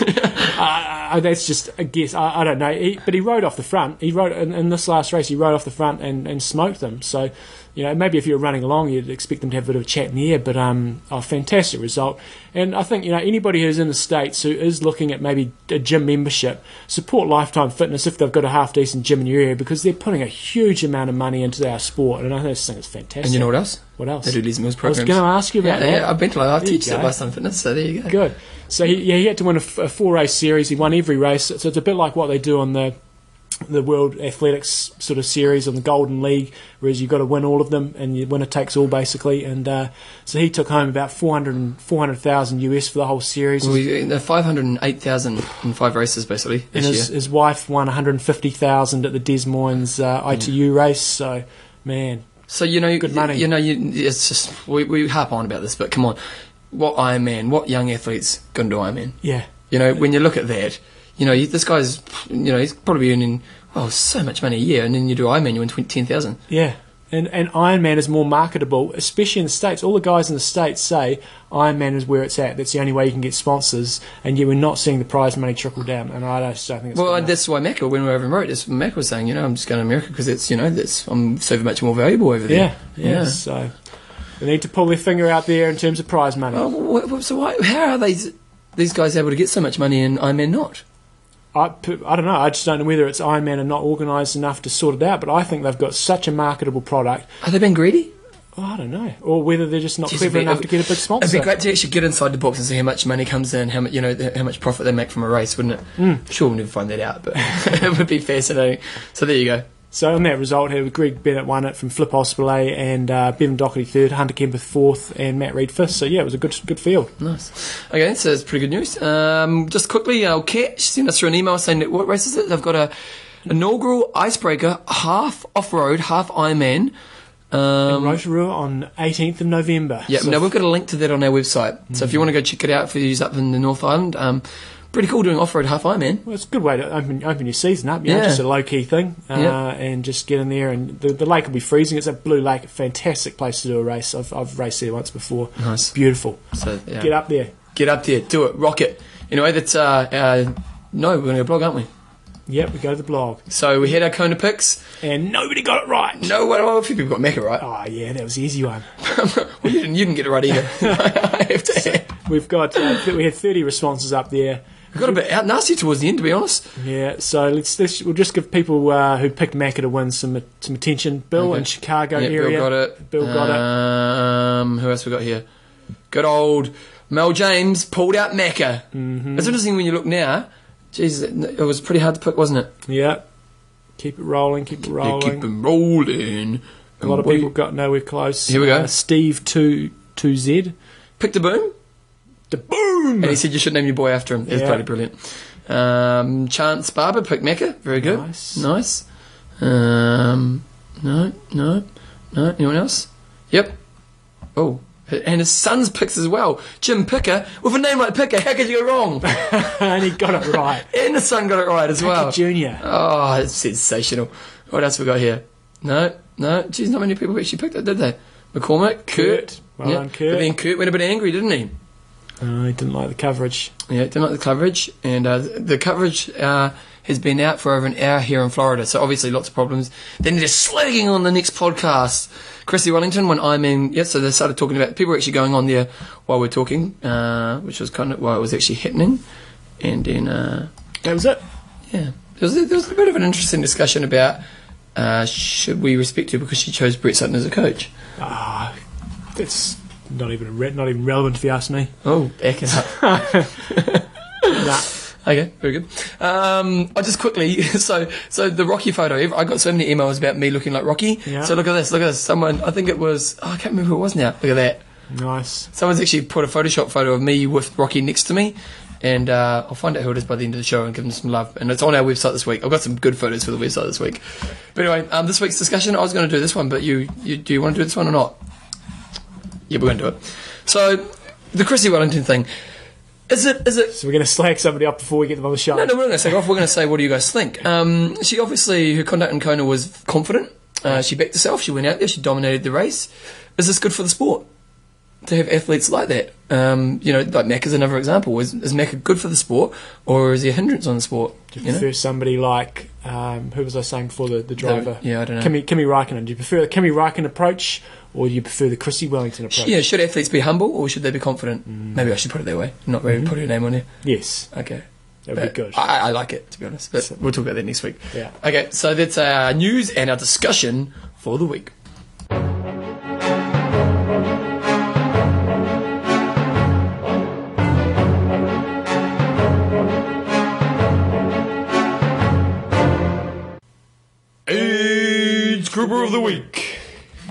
B: I, I, that's just a guess. I, I don't know. He, but he rode off the front. He rode in, in this last race. He rode off the front and, and smoked them. So, you know, maybe if you were running along, you'd expect them to have a bit of a chat in the air. But um, a fantastic result. And I think you know anybody who's in the states who is looking at maybe a gym membership, support Lifetime Fitness if they've got a half decent gym in your area because they're putting a huge amount of money into our sport. And I just think it's fantastic.
A: And you know what else?
B: what else?
A: They do these meals
B: I was
A: programs.
B: going to ask you
A: yeah,
B: about
A: yeah,
B: that.
A: I've been to like, I've
B: There you
A: teached at
B: go.
A: Lifetime Fitness, so there you go.
B: Good. So he, yeah, he had to win a, f- a four race series. He won every race. So it's a bit like what they do on the the World Athletics sort of series on the Golden League, whereas you've got to win all of them, and the winner takes all basically. And uh, so he took home about 400 400,000 US for the whole series.
A: Well, we, uh, 508,000 in five races, basically,
B: and
A: this
B: his,
A: year.
B: his wife won 150,000 at the Des Moines uh, ITU race. So, man,
A: So, you know,
B: Good
A: y-
B: money.
A: you know, you, it's just, we, we harp on about this, but come on. What Ironman, what young athletes going to do Ironman?
B: yeah.
A: You know, when you look at that, you know, you, this guy's, you know, he's probably earning, well, so much money a year, and then you do Ironman, you win 20 10,000.
B: Yeah. And, and Iron Man is more marketable, especially in the States. All the guys in the States say Iron Man is where it's at. That's the only way you can get sponsors. And yet we're not seeing the prize money trickle down. And I just don't think it's
A: Well,
B: good
A: and
B: enough.
A: that's why Macca, when we were over in Rhodes, that's what Macca was saying, you know, I'm just going to America because it's, you know, that's, I'm so much more valuable over there.
B: yeah, yeah. So they need to pull their finger out there in terms of prize money.
A: Oh, Well, wh- wh- so why, how are these, these guys able to get so much money and Ironman not?
B: I, p- I don't know. I just don't know whether it's Iron Man are not organised enough to sort it out. But I think they've got such a marketable product.
A: Are they being greedy?
B: Oh, I don't know, or whether they're just not
A: Jeez,
B: clever
A: it'd be-
B: enough to get a big sponsor.
A: It'd be great to actually get inside the box and see how much money comes in, how much you know, the, how much profit they make from a race, wouldn't it? Sure, we'll never find that out, but it would be fascinating. So there you go.
B: So in that result here, Greg Bennett won it from Flip Ospelay and uh, Bevan Doherty third, Hunter Kempeth fourth, and Matt Reid fifth. So yeah, it was a good good field.
A: Nice. Okay, so that's pretty good news. Um, just quickly, uh, Cat sent us through an email saying that what race is it? They've got a inaugural icebreaker, half off road, half Ironman. Um,
B: Rotorua on 18th of November.
A: Yeah,
B: So Mm-hmm.
A: now we've got a link to that on our website. So if you want to go check it out for you up in the North Island, um, pretty cool doing off road half Ironman.
B: well, it's a good way to open open your season up. You know,
A: Yeah.
B: just a low key thing, uh,
A: Yeah.
B: and just get in there. And the, the lake will be freezing. It's a blue lake, fantastic place to do a race. I've I've raced there once before.
A: Nice.
B: Beautiful.
A: So yeah.
B: Get up there.
A: Get up there, do it, rock it. Anyway, that's uh, uh no, we're gonna blog, aren't we?
B: Yep, we go to the blog,
A: So we had our Kona picks.
B: and nobody got it right.
A: No, well, well, a few people got Mecca right.
B: Oh yeah, that was the easy one.
A: well, you didn't, you didn't get it right either. I have to add.
B: We've got uh, th- we had 30 responses up there.
A: We got a bit out nasty towards the end, to be honest.
B: Yeah, so let's, let's we'll just give people uh, who picked Macca to win some some attention. Bill
A: Okay.
B: in Chicago
A: Yeah, Bill
B: area.
A: got it. Uh,
B: Bill got it.
A: Um, who else we got here? Good old Mel James pulled out Mecca. Mm-hmm. It's interesting when you look now. Jesus, it it was pretty hard to pick, wasn't it?
B: Yeah, keep it rolling, keep it
A: Yeah,
B: rolling.
A: keep them rolling.
B: A lot of
A: We
B: people got nowhere close.
A: Here we go.
B: Uh, Steve two two Z.
A: picked a boom.
B: The boom.
A: And he said you should name your boy after him. It's
B: Hmm. Yeah.
A: pretty brilliant. Um, Chance Barber picked Mecca. Very good.
B: Nice.
A: Nice. Um, no, no, no. Anyone else? Yep. Oh. And his son's picks as well. Jim Picker. With a name like Picker, how could you go wrong?
B: and he got it right.
A: and the son got it right as well.
B: Junior.
A: Oh, it's sensational. What else we got here? No, no. Geez, not many people actually picked it, did they? McCormick, Kurt.
B: Kurt. Well done, Kurt.
A: But then Kurt went a bit angry, didn't he?
B: Uh, he didn't like the coverage.
A: Yeah, didn't like the coverage, and uh, the coverage uh, has been out for over an hour here in Florida, so obviously lots of problems. Then they're slagging on the next podcast. Chrissy Wellington, when I'm in, yeah, so they started talking about people were actually going on there while we're talking, uh, which was kind of why it was actually happening. And then, uh,
B: That was it.
A: yeah, there was, there was a bit of an interesting discussion about uh, should we respect her because she chose Brett Sutton as a coach.
B: Ah, that's not even re- not even relevant if you ask me.
A: Oh, back it up.
B: Nah.
A: Okay, very good. Um, I just quickly, so so the Rocky photo. ev- I got so many emails about me looking like Rocky.
B: Yeah.
A: So look at this. Look at this. Someone, I think it was. oh, I can't remember who it was now. Look at that.
B: Nice.
A: Someone's actually put a Photoshop photo of me with Rocky next to me, and uh, I'll find out who it is by the end of the show and give them some love. And it's on our website this week. I've got some good photos for the website this week. But anyway, um, this week's discussion. I was going to do this one, but you, you do you want to do this one or not? Yeah, we're going to do it. So the Chrissy Wellington thing. Is it? Is it?
B: So we're going to slag somebody up before we get them on the show.
A: No, no, we're not going to say off. We're going to say, what do you guys think? Um, she obviously her conduct in Kona was confident. Uh, she backed herself. She went out there. She dominated the race. Is this good for the sport? To have athletes like that, um, you know, like Mac is another example. Is, is Mac good for the sport, or is he a hindrance on the sport?
B: Do you
A: You know?
B: prefer somebody like um, who was I saying before the, the driver?
A: yeah, I don't know.
B: Kimi, Kimi Raikkonen. Do you prefer the Kimi Raikkonen approach or do you prefer the Chrissy Wellington approach?
A: Yeah, should athletes be humble or should they be confident? Maybe I should put it that way. Not really put her name on there.
B: Yes,
A: Okay.
B: that would be
A: But
B: good.
A: I, I like it, to be honest. But
B: So-
A: we'll talk about that next week.
B: Yeah.
A: Okay, so that's our news and our discussion for the week. Age Grouper of the Week.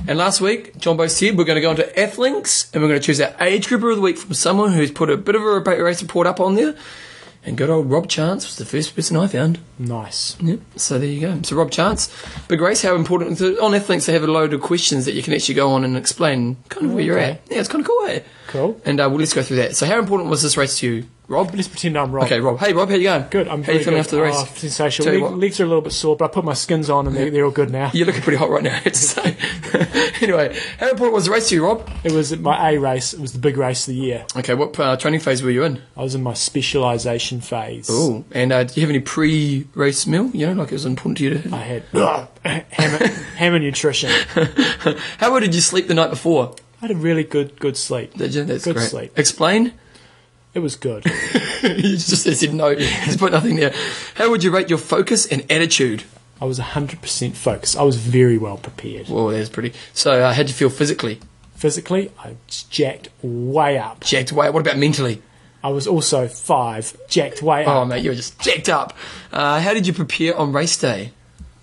A: And last week, John Bow said we're going to go into Athlinks and we're going to choose our age grouper of the week from someone who's put a bit of a race report up on there. And good old Rob Chance was the first person I found.
B: nice.
A: Yep. So there you go. So Rob Chance, big race. How important so on Athlinks they have a load of questions that you can actually go on and explain kind of where you're
B: Okay.
A: at. Yeah, it's kind of cool. Eh?
B: Cool.
A: And uh, well, let's go through that. So how important was this race to you, Rob?
B: Let's pretend I'm wrong.
A: Okay, Rob. Hey, Rob, how you going?
B: Good. I'm
A: how you
B: very
A: feeling
B: good.
A: after the race?
B: Oh, sensational.
A: Tell you
B: Leg-
A: what.
B: legs are a little bit sore, but I put my skins on and they're, they're all good now.
A: You're looking pretty hot right now, I have to say. anyway, how important was the race to you, Rob?
B: It was my A race. It was the big race of the year.
A: Okay, what uh, training phase were you in?
B: I was in my specialisation phase.
A: Oh, and uh, do you have any pre-race meal? You know, like it was important to you to.
B: I had hammer, hammer nutrition.
A: How well did you sleep the night before?
B: I had a really good good sleep.
A: Did you? That's
B: Good
A: great.
B: sleep.
A: Explain.
B: It was good.
A: you just said no. Just put nothing there. How would you rate your focus and attitude?
B: I was 100% focused. I was very well prepared.
A: Whoa, that's pretty. So, uh, how'd you feel physically?
B: Physically, I was jacked way up.
A: Jacked away. What about mentally?
B: I was also five, jacked way
A: Oh,
B: up.
A: mate, you were just jacked up. Uh, how did you prepare on race day?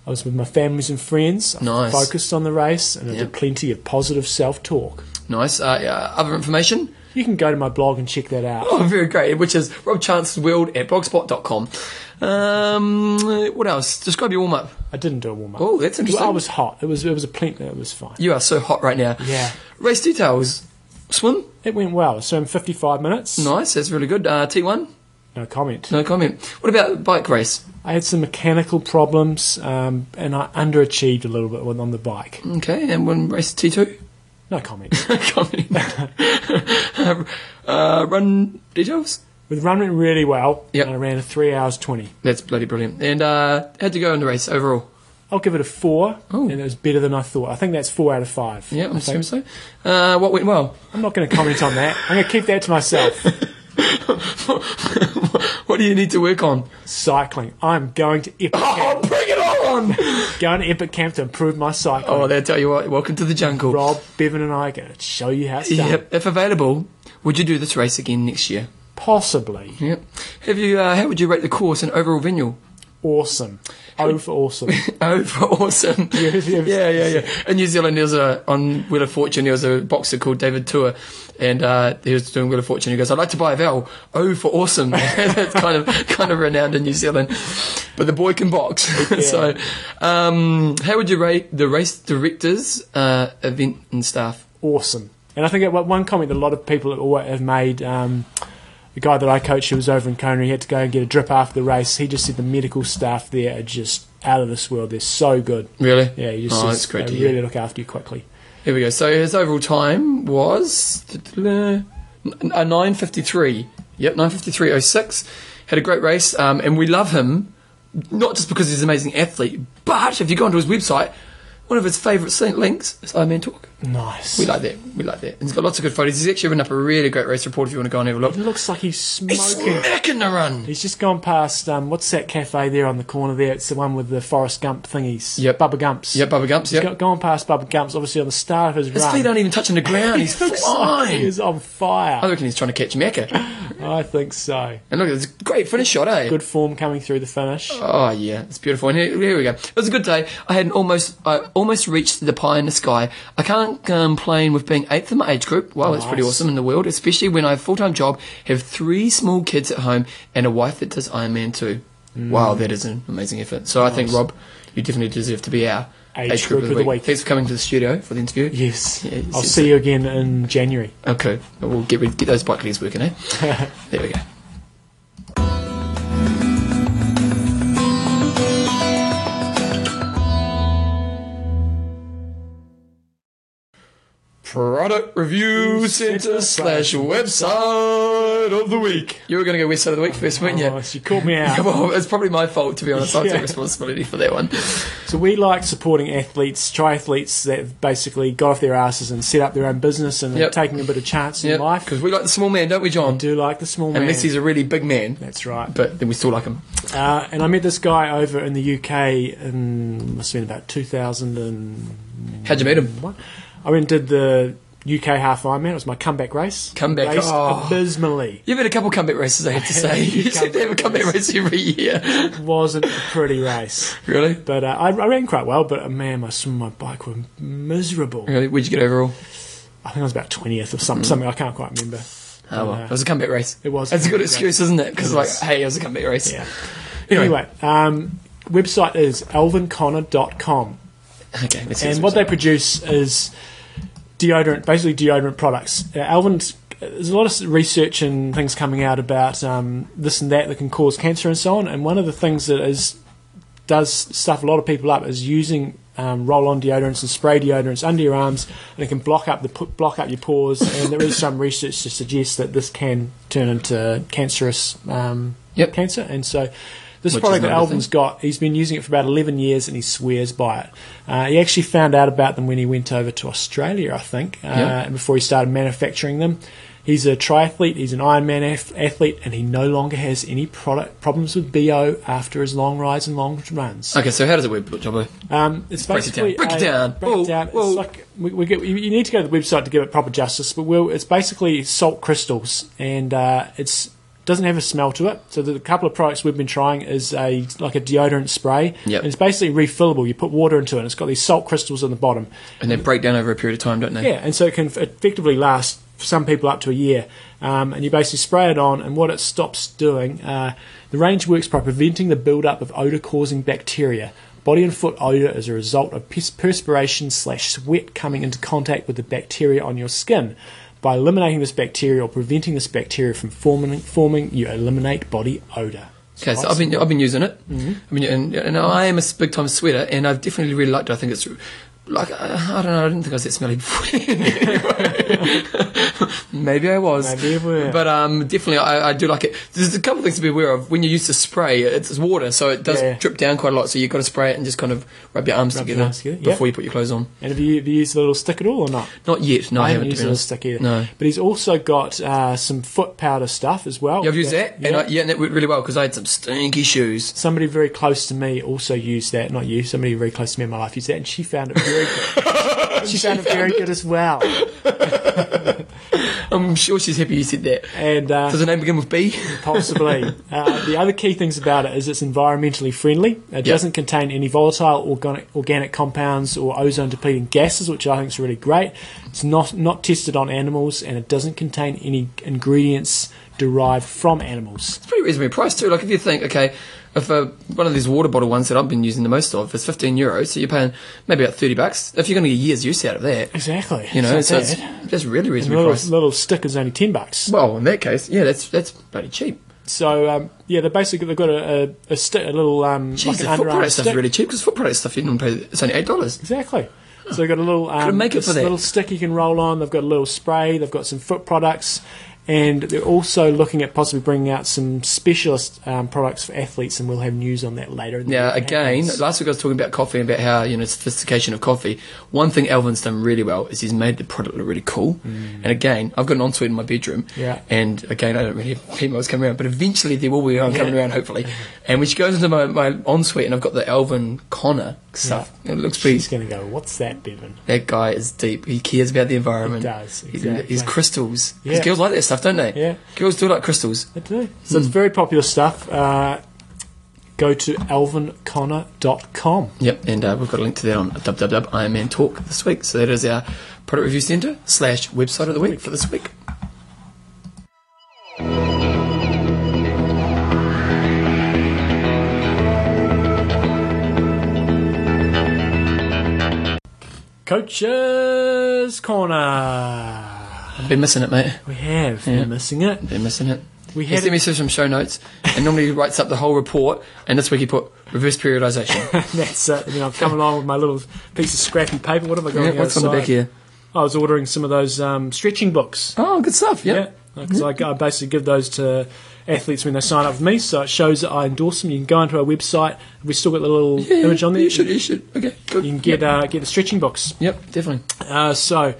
B: I was with my families and friends. I
A: Oh. Nice.
B: focused on the race and I
A: Yep.
B: did plenty of positive self talk.
A: Nice. Uh, uh, other information?
B: You can go to my blog and check that out.
A: Oh, very great. Which is robchancesworld at blogspot.com. Um, what else? Describe your warm up.
B: I didn't do a warm up.
A: Oh, that's interesting.
B: I was hot. It was it was a plenty. It was fine.
A: You are so hot right now.
B: Yeah.
A: Race details. Swim.
B: It went well. So in 55 minutes,
A: Nice. That's really good. Uh, T1.
B: no comment.
A: No comment. What about bike race?
B: I had some mechanical problems um, and I underachieved a little bit when on the bike.
A: Okay. And when race T2.
B: No comment.
A: No comment. uh, run details.
B: With run went really well.
A: Yep.
B: And I ran a 3 hours 20.
A: That's bloody brilliant. And uh, how'd you go in the race overall?
B: I'll give it a four,
A: Oh.
B: and it was better than I thought. I think that's four out of five.
A: Yeah, I'm
B: I think.
A: assuming so. Uh, what went well?
B: I'm not going to comment on that. I'm going to keep that to myself.
A: what do you need to work on?
B: cycling. I'm going to Epic
A: Oh,
B: Camp.
A: bring it on!
B: Going to Epic Camp to improve my cycling.
A: oh, they tell you what. Welcome to the jungle.
B: Rob, Bevan, and I are going to show you how it's done.
A: Yep. If available, would you do this race again next year?
B: Possibly
A: Yep. Have you? Uh, how would you rate the course and overall venue?
B: awesome. Oh, for awesome.
A: Oh, for awesome.
B: Yeah, yeah.
A: yeah, yeah, yeah. In New Zealand, there was a, on Wheel of Fortune, there was a boxer called David Tour, and uh, he was doing Wheel of Fortune. He goes, I'd like to buy a vowel. Oh, for awesome. That's kind of kind of renowned in New Zealand. But the boy can box. so, um, how would you rate the race directors, uh, event, and staff?
B: awesome. And I think that one comment that a lot of people have alwa- have made. Um, the guy that I coached who was over in Kona, he had to go and get a drip after the race. He just said the medical staff there are just out of this world. They're so good.
A: Really?
B: Yeah, you just
A: Oh,
B: it's-
A: that's great
B: they
A: to hear.
B: really look after you quickly.
A: Here we go. So his overall time was a nine fifty three. Yep, nine fifty three oh six. Had a great race, um, and we love him not just because he's an amazing athlete, but if you go onto his website, one of his favourite sli- links is Ironman Talk.
B: Nice.
A: We like that. We like that. And he's got lots of good photos. He's actually written up a really great race report. If you want to go and have a look,
B: it looks like he's
A: he's
B: smoking.
A: smacking the run.
B: He's just gone past um, what's that cafe there on the corner there? It's the one with the Forrest Gump thingies.
A: Yep.
B: Bubba Gumps.
A: Yep, Bubba Gumps.
B: He's
A: Yep.
B: go- gone past Bubba Gumps. Obviously on the start of his
A: His
B: run.
A: feet aren't even touching the ground.
B: He
A: He's
B: looks like he
A: flying.
B: is on
A: I
B: fire.
A: reckon he's trying to catch Mecca.
B: I think so.
A: And look, it's a great finish shot, eh?
B: Good form coming through the finish.
A: Oh yeah, it's beautiful. And here, here we go. It was a good day. I had an almost, I almost reached the pie in the sky. I can't complain with being eighth in my age group. Wow, that's pretty
B: Nice.
A: awesome in the world, especially when I have a full time job, have three small kids at home, and a wife that
B: Mm.
A: does Ironman too. Wow, that is an amazing effort. So I think Rob, you definitely deserve to be our
B: age, group, of the week.
A: Thanks for coming to the studio for the interview.
B: Yes.
A: Yeah,
B: I'll
A: yes,
B: see you again in January.
A: Okay, we'll get rid- get those bike leads working, eh? there we go. Product review center slash website of the week. You were going to go website of the week first, weren't you?
B: Oh, she called me
A: Come
B: out.
A: on, it's probably my fault to be honest. I'll
B: Yeah.
A: take responsibility for that one.
B: so we like supporting athletes, triathletes that have basically got off their asses and set up their own business and
A: Yep.
B: are taking a bit of chance
A: Yeah,
B: in life.
A: because we like the small man, don't we, John?
B: do like the small man.
A: Unless he's a really big man,
B: That's right.
A: but then we still like him.
B: Uh, and I met this guy over in the UK in must have been about 2001.
A: How'd you meet him?
B: I went and did the UK half Ironman. It was my comeback race.
A: Comeback,
B: Raced
A: oh.
B: abysmally.
A: You've had a couple comeback races, I have to say.
B: few
A: you seem to have a
B: comeback
A: comeback race every year.
B: It wasn't a pretty race,
A: Really?
B: but uh, I, I ran quite well. But uh, man, my swim, and my bike were miserable.
A: Really? Where'd you get overall?
B: I think I was about 20th or something. Something I can't quite remember.
A: Oh, well.
B: Uh,
A: It was a comeback race.
B: it was a
A: That's a good
B: comeback
A: excuse, isn't it? Because,
B: It
A: like,
B: was.
A: hey, it was a comeback race.
B: Yeah.
A: Anyway.
B: Anyway, um, website is elvinconnor.com.
A: Okay, let's see
B: and
A: this
B: what they
A: website.
B: produce is deodorant, basically deodorant products. Uh, Alvin's there's a lot of research and things coming out about um, this and that that can cause cancer and so on. And one of the things that is does stuff a lot of people up is using um, roll-on deodorants and spray deodorants under your arms, and it can block up the p- block up your pores. and there is some research to suggest that this can turn into cancerous um,
A: Yep.
B: cancer. And so this
A: Which is
B: product that
A: another
B: Alvin's got, he's been using it for about 11 years and he swears by it. Uh, he actually found out about them when he went over to Australia, I think, uh,
A: Yeah.
B: before he started manufacturing them. He's a triathlete, he's an Ironman ath- athlete, and he no longer has any product problems with BO after his long rides and long runs.
A: Okay, so how does it work, Jobbo?
B: Um, it's
A: Break it
B: basically
A: down. Break it
B: a-
A: down.
B: break it
A: Whoa,
B: down. It's
A: whoa.
B: like we, we get, you, you need to go to the website to give it proper justice, but we'll, it's basically salt crystals, and uh, it's doesn't have a smell to it. So the, the couple of products we've been trying is a like a deodorant spray,
A: Yep.
B: and it's basically refillable. You put water into it, and it's got these salt crystals on the bottom.
A: And they break down over a period of time, don't they?
B: Yeah, and so it can effectively last for some people up to a year. Um, and you basically spray it on, and what it stops doing, uh, the range works by preventing the build-up of odor-causing bacteria. Body and foot odor is a result of pers- perspiration slash sweat coming into contact with the bacteria on your skin. By eliminating this bacteria or preventing this bacteria from forming, forming you eliminate body odor.
A: Okay, so I've been I've been using it.
B: Mm-hmm.
A: I mean, and, and I am a big time sweater, and I've definitely really liked it. I think it's like I, I don't know. I didn't think I was that smelly before. Anyway. Maybe I was.
B: Maybe you were.
A: But um, definitely I, I do like it. There's a couple of things to be aware of when you use the spray. It's, it's water, so it does
B: Yeah.
A: drip down quite a lot. So you've got to spray it and just kind of rub your arms
B: Rub your
A: together
B: arms together,
A: before
B: yeah.
A: you put your clothes on.
B: And have you, have you used the little stick at all or not?
A: Not yet. No, I, haven't.
B: used
A: to be
B: a little
A: honest.
B: stick either.
A: No.
B: But he's also got uh, some foot powder stuff as well.
A: Yeah, I've used that, and
B: yeah.
A: I, yeah, and it worked really well because I had some stinky shoes.
B: Somebody very close to me also used that. Not you. Somebody very close to me in my life used that, and she found it very good. she, found it very good as well.
A: I'm sure she's happy you said that.
B: And uh,
A: Does the name begin with B?
B: possibly. Uh, the other key things about it is it's environmentally friendly. It doesn't contain any volatile organic, organic compounds or ozone depleting gases, which I think is really great. It's not not tested on animals, and it doesn't contain any ingredients derived from animals.
A: pretty reasonably priced too. Like if you think, okay, if uh, one of these water bottle ones that I've been using the most of is 15 euros, so you're paying maybe about 30 bucks. If you're going to get years use out of that,
B: Exactly.
A: you know,
B: It's
A: so
B: not
A: it's
B: bad.
A: that's really
B: And the
A: reasonably
B: little,
A: priced.
B: little stick is only ten bucks.
A: Well, in that case, yeah, that's that's bloody cheap.
B: So um, yeah, they basically they've got a a, a, sti a little um,
A: Jeez,
B: like
A: the
B: an
A: food
B: underarm
A: product
B: stick.
A: stuff's really cheap because food product stuff you don't pay. It's only eight dollars.
B: exactly. So they've got a little um,
A: make it
B: this
A: for that.
B: little stick you can roll on. They've got a little spray. They've got some foot products, and they're also looking at possibly bringing out some specialist um, products for athletes, and we'll have news on that later. in the
A: Now,
B: week.
A: again, last week I was talking about coffee and about how you know sophistication of coffee. One thing Alvin's done really well is he's made the product look really cool. And again, I've got an ensuite in my bedroom.
B: Mm. Yeah.
A: And again, I don't really have females coming around, but eventually there will be one coming around, hopefully. And when she goes into my, my ensuite, and I've got the Alvin Connor stuff. It looks
B: she's
A: pretty.
B: going to go. What's that, Bevan?
A: That guy is deep. He cares about the environment.
B: He does,
A: He's-
B: exactly.
A: He's crystals. 'Cause
B: Yeah.
A: girls like that stuff, don't they?
B: Yeah.
A: Girls do like crystals.
B: I do. So
A: Hmm.
B: it's very popular stuff. Uh, go to alvinconnor.com.
A: Yep, and uh, we've got a link to that on www Ironman Talk this week. So that is our product review centre slash website of the week for this week.
B: Coaches Corner.
A: I've been missing it, mate.
B: We have.
A: Yeah.
B: We're missing it.
A: Been missing it.
B: We
A: He
B: had
A: sent me some show notes, and normally he writes up the whole report. And this week he put reverse periodisation.
B: That's it. And then I've come along with my little piece of scrappy paper. What have I got
A: yeah,
B: on the
A: what's
B: other
A: on the
B: side?
A: back here?
B: I was ordering some of those um, stretching books.
A: Oh, good stuff. Yeah.
B: Yeah. 'Cause I, I basically give those to athletes when they sign up with me, so it shows that I endorse them. You can go onto our website. We've still got the little
A: Yeah,
B: image on there.
A: You should. You should. Okay. Good.
B: You can get
A: Yep.
B: uh, get the stretching books.
A: yep. Definitely.
B: Uh, so,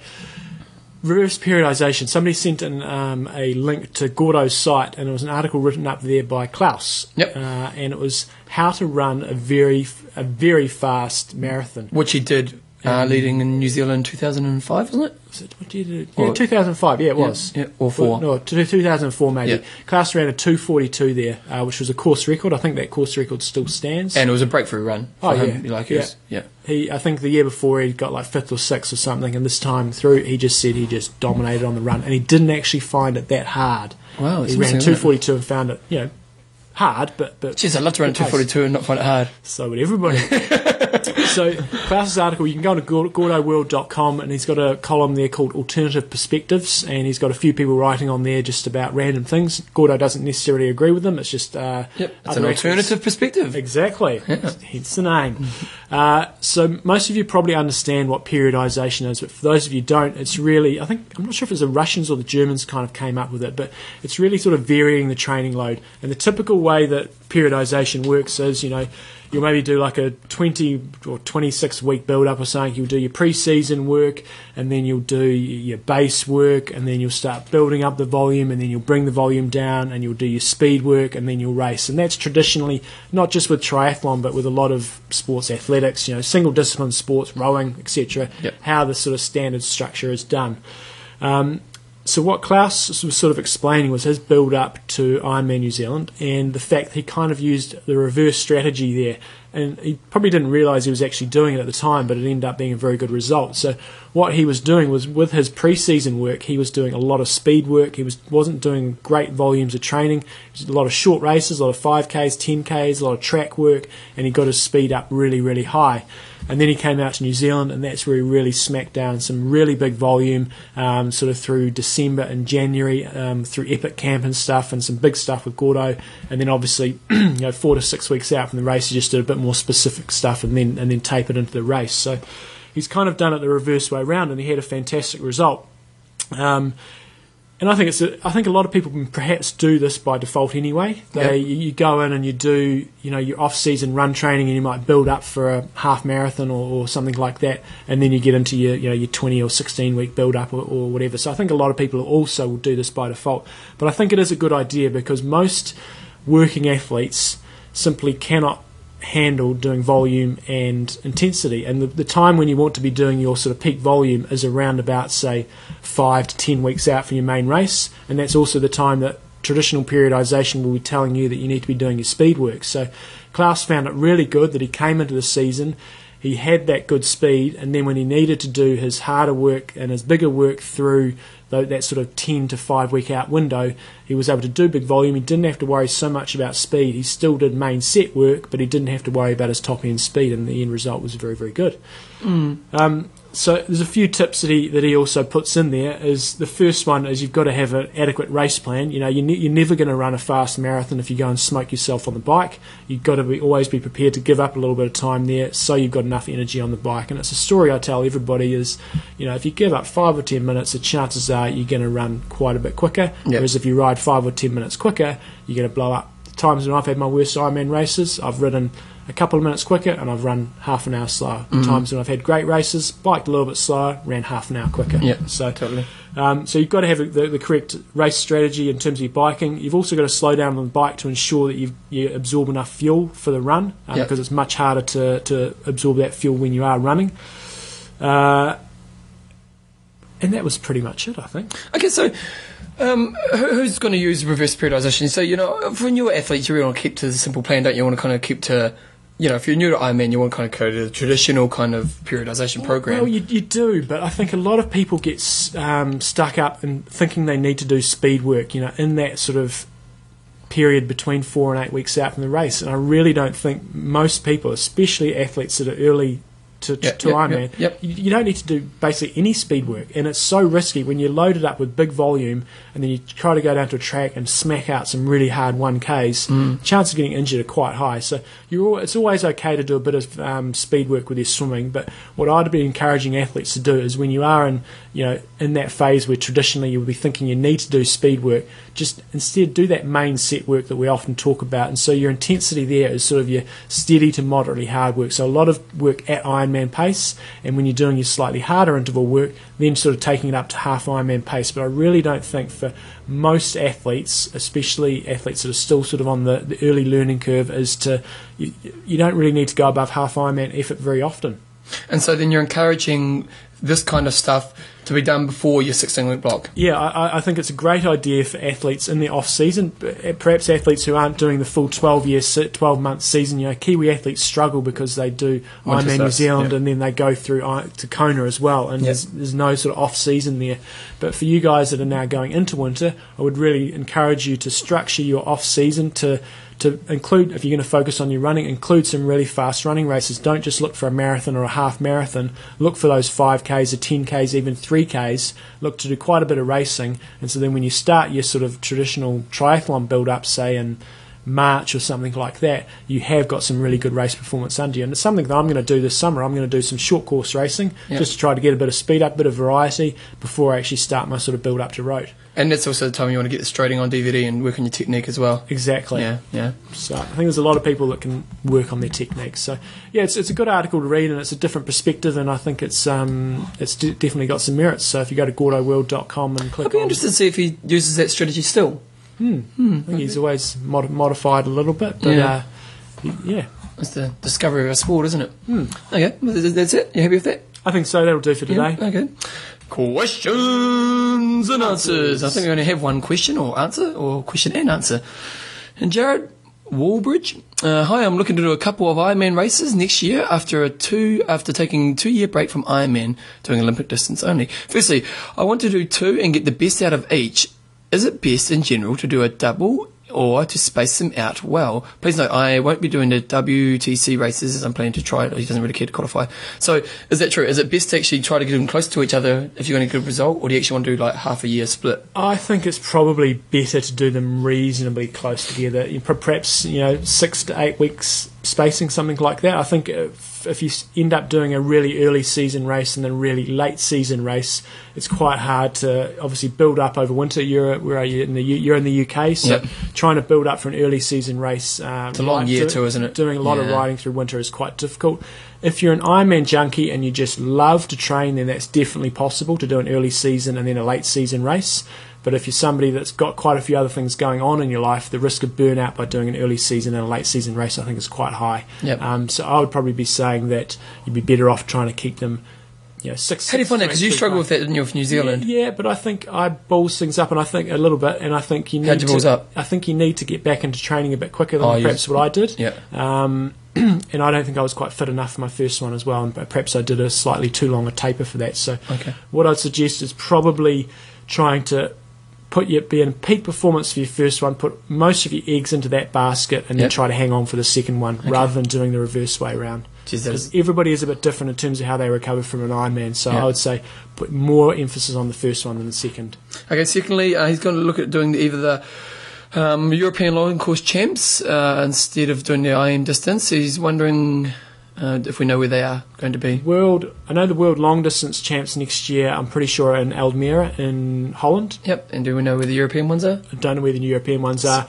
B: reverse periodization. Somebody sent in um, a link to Gordo's site, and it was an article written up there by Klaus.
A: Yep.
B: Uh, and it was how to run a very a very fast marathon.
A: Which he did, uh, leading in New Zealand 2005, wasn't it?
B: Was it, what did you do? Yeah,
A: Or-
B: 2005. Yeah, it was.
A: Yeah, or four.
B: No, t- 2004 maybe.
A: Yeah.
B: Klaus ran a 242 there, uh, which was a course record. I think that course record still stands.
A: And it was a breakthrough run. For
B: Oh,
A: him.
B: yeah.
A: Like it was, yeah.
B: he, I think the year before he got like fifth or sixth or something, and this time through he just said he just dominated on the run, and he didn't actually find it that hard.
A: Wow, it's
B: he ran
A: amazing, isn't it?
B: 242 and found it, you know, hard, but but
A: Jeez, I'd love to run at
B: Good pace.
A: 242 and not find it hard.
B: so would everybody. so Klaus's article, you can go to gordoworld.com and he's got a column there called Alternative Perspectives and he's got a few people writing on there just about random things. Gordo doesn't necessarily agree with them. It's just uh,
A: Yep. It's
B: other
A: an
B: athletes-
A: alternative perspective.
B: Exactly. Hence the name. Uh, so most of you probably understand what periodization is, but for those of you who don't, it's really I think I'm not sure if it's the Russians or the Germans kind of came up with it, but it's really sort of varying the training load. And the typical way that periodization works is, you know, you'll maybe do like a 20 or 26 week build up or something. You'll do your pre-season work, and then you'll do y- your base work, and then you'll start building up the volume, and then you'll bring the volume down, and you'll do your speed work, and then you'll race. And that's traditionally not just with triathlon, but with a lot of sports athletics, you know, single discipline sports, rowing, etc.
A: Yep.
B: How the sort of standard structure is done. So what Klaus was sort of explaining was his build up to Ironman New Zealand and the fact that he kind of used the reverse strategy there. And he probably didn't realise he was actually doing it at the time, but it ended up being a very good result. So what he was doing was with his pre-season work, he was doing a lot of speed work. He was wasn't doing great volumes of training. It was a lot of short races, a lot of 5Ks, 10Ks, a lot of track work, and he got his speed up really, really high. And then he came out to New Zealand, and that's where he really smacked down some really big volume, um, sort of through December and January, um, through Epic Camp and stuff, and some big stuff with Gordo. And then obviously, you know, four to six weeks out from the race, he just did a bit more specific stuff, and then and then tapered into the race. So he's kind of done it the reverse way round, and he had a fantastic result. Um, and I think it's a, I think a lot of people can perhaps do this by default anyway. They, you, you go in and you do you know your off season run training and you might build up for a half marathon or, or something like that, and then you get into your you know your twenty or sixteen week build up or, or whatever. So I think a lot of people also will do this by default. But I think it is a good idea because most working athletes simply cannot handle doing volume and intensity. And the, the time when you want to be doing your sort of peak volume is around about, say, five to ten weeks out from your main race. And that's also the time that traditional periodization will be telling you that you need to be doing your speed work. So Klaus found it really good that he came into the season. He had that good speed, and then when he needed to do his harder work and his bigger work through tho- that sort of 10 to 5 week out window, he was able to do big volume. He didn't have to worry so much about speed. He still did main set work, but he didn't have to worry about his top end speed, and the end result was very, very good. Um, so there's a few tips that he that he also puts in there. Is the first one is you've got to have an adequate race plan. You know, you ne- you're never going to run a fast marathon if you go and smoke yourself on the bike. You've got to be, always be prepared to give up a little bit of time there, so you've got enough energy on the bike. And it's a story I tell everybody is, you know, if you give up five or ten minutes, the chances are you're going to run quite a bit quicker.
A: Yep.
B: Whereas if you ride five or ten minutes quicker, you're going to blow up. The times when I've had my worst Ironman races, I've ridden a couple of minutes quicker and I've run half an hour slower. The Times when I've had great races, biked a little bit slower, ran half an hour quicker.
A: Yep,
B: So,
A: totally.
B: um, so you've got to have the, the correct race strategy in terms of your biking. You've also got to slow down on the bike to ensure that you you absorb enough fuel for the run um,
A: Yep.
B: because it's much harder to, to absorb that fuel when you are running. Uh, and that was pretty much it, I think.
A: Okay, so um, who, who's going to use reverse periodization? So, you know, for newer athletes, you really want to keep to the simple plan, don't you? You want to kind of keep to, you know, if you're new to Ironman, you want to kind of go to the traditional kind of periodization program.
B: Well, you, you do, but I think a lot of people get s- um, stuck up in thinking they need to do speed work, you know, in that sort of period between four and eight weeks out from the race. And I really don't think most people, especially athletes that are early to, to,
A: Yep,
B: to
A: yep,
B: Ironman,
A: yep, yep.
B: You, you don't need to do basically any speed work, and it's so risky when you load it up with big volume and then you try to go down to a track and smack out some really hard one Ks. Chances of getting injured are quite high, so you're al- it's always okay to do a bit of um, speed work with your swimming. But what I'd be encouraging athletes to do is when you are in you know in that phase where traditionally you would be thinking you need to do speed work, just instead do that main set work that we often talk about. And so your intensity there is sort of your steady to moderately hard work. So a lot of work at Ironman pace, and when you're doing your slightly harder interval work, then sort of taking it up to half Ironman pace. But I really don't think for most athletes, especially athletes that are still sort of on the, the early learning curve, is to you, you don't really need to go above half Ironman effort very often.
A: And so then you're encouraging this kind of stuff to be done before your 16 week block.
B: Yeah, I, I- I think it's a great idea for athletes in the off season. p- Perhaps athletes who aren't doing the full twelve year, se- twelve month season. You know, Kiwi athletes struggle because they do
A: Winter
B: Ironman New
A: starts,
B: Zealand
A: yeah.
B: and then they go through I- to Kona as well, and
A: Yeah.
B: there's, there's no sort of off season there. But for you guys that are now going into winter, I would really encourage you to structure your off season to. To include, if you're going to focus on your running, include some really fast running races. Don't just look for a marathon or a half marathon. Look for those 5Ks or 10Ks, even 3Ks. Look to do quite a bit of racing. And so then when you start your sort of traditional triathlon build up, say in March or something like that, you have got some really good race performance under you. And it's something that I'm going to do this summer. I'm going to do some short course racing
A: Yeah.
B: just to try to get a bit of speed up, a bit of variety before I actually start my sort of build up to road.
A: And that's also the time you want to get the straighting on DVD and work on your technique as well.
B: Exactly.
A: Yeah, yeah.
B: So I think there's a lot of people that can work on their techniques. So yeah, it's, it's a good article to read and it's a different perspective and I think it's um it's de- definitely got some merits. So if you go to gordoworld.com and click
A: I'd be
B: on,
A: interested to see if he uses that strategy still.
B: I think he's always mod- modified a little bit, but
A: Yeah.
B: uh, y- yeah,
A: It's the discovery of our sport, isn't it? Okay, well, th- th- that's it. You happy with that?
B: I think so. That'll do for today.
A: Yeah, okay. Questions and answers. I think we only have one question or answer, or question and answer. And Jared Walbridge, uh, hi. I'm looking to do a couple of Ironman races next year after a two after taking two year break from Ironman, doing Olympic distance only. Firstly, I want to do two and get the best out of each. Is it best in general to do a double? Or to space them out well. Please note, I won't be doing the WTC races as I'm planning to try it. He doesn't really care to qualify. So, is that true? Is it best to actually try to get them close to each other if you're going to get a good result, or do you actually want to do like half a year split?
B: I think it's probably better to do them reasonably close together. You- per- Perhaps you know six to eight weeks spacing, something like that. I think if, if you s- end up doing a really early season race and then a really late season race, it's quite hard to obviously build up over winter. You're where are you in the U- you're in the UK, so
A: Yep.
B: trying to build up for an early season race. Um,
A: It's a long
B: right,
A: year
B: do-
A: too, isn't it?
B: Doing a lot of
A: Yeah.
B: riding through winter is quite difficult. If you're an Ironman junkie and you just love to train, then that's definitely possible to do an early season and then a late season race. But if you're somebody that's got quite a few other things going on in your life, the risk of burnout by doing an early season and a late season race, I think, is quite high.
A: Yep.
B: Um, so I would probably be saying that you'd be better off trying to keep them, you know, six.
A: How do you
B: six,
A: find that?
B: three,
A: Because you
B: three,
A: struggle
B: five.
A: with that in your New Zealand.
B: Yeah, but I think I balls things up, and I think a little bit, and I think you need
A: How'd you
B: to.
A: balls up?
B: I think you need to get back into training a bit quicker than
A: Oh, you
B: perhaps
A: just-
B: what I did.
A: Yeah.
B: Um, and I don't think I was quite fit enough for my first one as well, and perhaps I did a slightly too long a taper for that. So
A: Okay.
B: what I'd suggest is probably trying to put your be in peak performance for your first one, put most of your eggs into that basket, and then
A: Yep.
B: try to hang on for the second one rather than doing the reverse way around.
A: Jeez, that is-
B: Because everybody is a bit different in terms of how they recover from an Ironman, so
A: Yeah.
B: I would say put more emphasis on the first one than the second.
A: Okay. Secondly, uh, he's going to look at doing either the um, European long course champs uh, instead of doing the IM distance. He's wondering uh, if we know where they are going to be.
B: World, I know the world long distance champs next year. I'm pretty sure in Almere in Holland.
A: Yep. And do we know where the European ones are?
B: I don't know where the European ones are.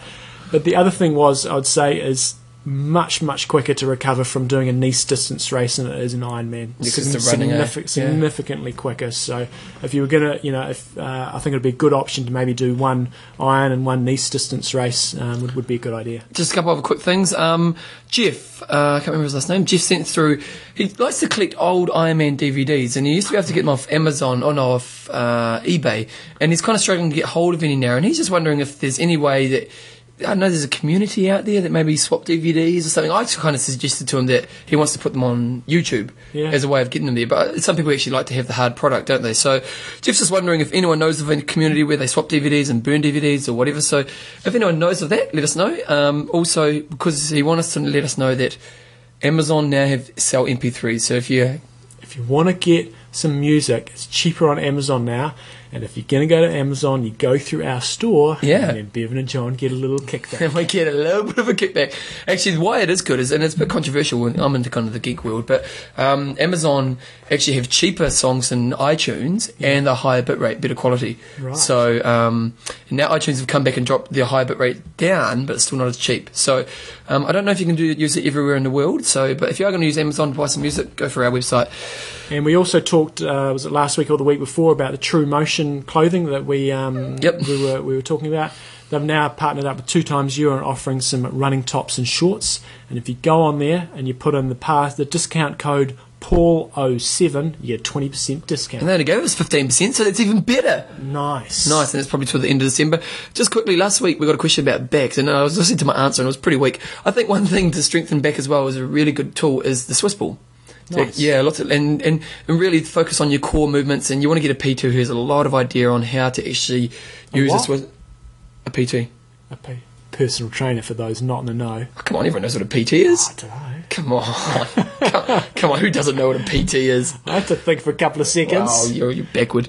B: But the other thing was, I'd say, is much much quicker to recover from doing a nice distance race than it is an Ironman.
A: Because the running, eh? Yeah.
B: Significantly quicker. So if you were gonna, you know, if uh, I think it'd be a good option to maybe do one Iron and one nice distance race um, would, would be a good idea.
A: Just a couple of quick things. Um, Jeff, uh, I can't remember his last name. Jeff sent through. He likes to collect old Iron Man DVDs, and he used to be able to get them off Amazon or no, off uh, eBay. And he's kind of struggling to get hold of any now. And he's just wondering if there's any way that I don't know there's a community out there that maybe swap DVDs or something. I just kind of suggested to him that he wants to put them on YouTube
B: Yeah.
A: as a way of getting them there. But some people actually like to have the hard product, don't they? So Jeff's just wondering if anyone knows of any community where they swap DVDs and burn DVDs or whatever. So if anyone knows of that, let us know. Um, also, because he wants us to let us know that Amazon now have sell MP3s. So if you
B: If you want to get some music, it's cheaper on Amazon now. And if you're going to go to Amazon, you go through our store.
A: Yeah.
B: And then Bevan and John get a little kickback.
A: and we get a little bit of a kickback. Actually, why it is good is, and it's a bit controversial. and I'm into kind of the geek world, but um, Amazon actually have cheaper songs than iTunes and a higher bitrate, better quality.
B: Right.
A: So um, now iTunes have come back and dropped their higher bitrate down, but it's still not as cheap. So um, I don't know if you can do use it everywhere in the world. So, but if you are going to use Amazon to buy some music, go for our website.
B: And we also talked, uh, was it last week or the week before, about the True Motion clothing that we um,
A: Yep.
B: we were we were talking about. They've now partnered up with Two Times You and are offering some running tops and shorts. And if you go on there and you put in the path the discount code Paul07, you get twenty percent
A: And
B: discount.
A: they only gave us 15%, so that's even better.
B: Nice,
A: Nice, and it's probably till the end of December. Just quickly, last week we got a question about backs, and I was listening to my answer, and it was pretty weak. I think one thing to strengthen back as well is a really good tool is the Swiss ball.
B: Nice.
A: Yeah, lots of and, and and really focus on your core movements, and you want to get a P two who has a lot of idea on how to actually
B: A
A: use
B: what?
A: this with a PT.
B: A pe- personal trainer for those not in the know.
A: Oh, come on, everyone knows what a PT is.
B: I don't know.
A: Come on, come, come on, who doesn't know what a PT is?
B: I have to think for a couple of seconds.
A: Wow, you're, you're backward.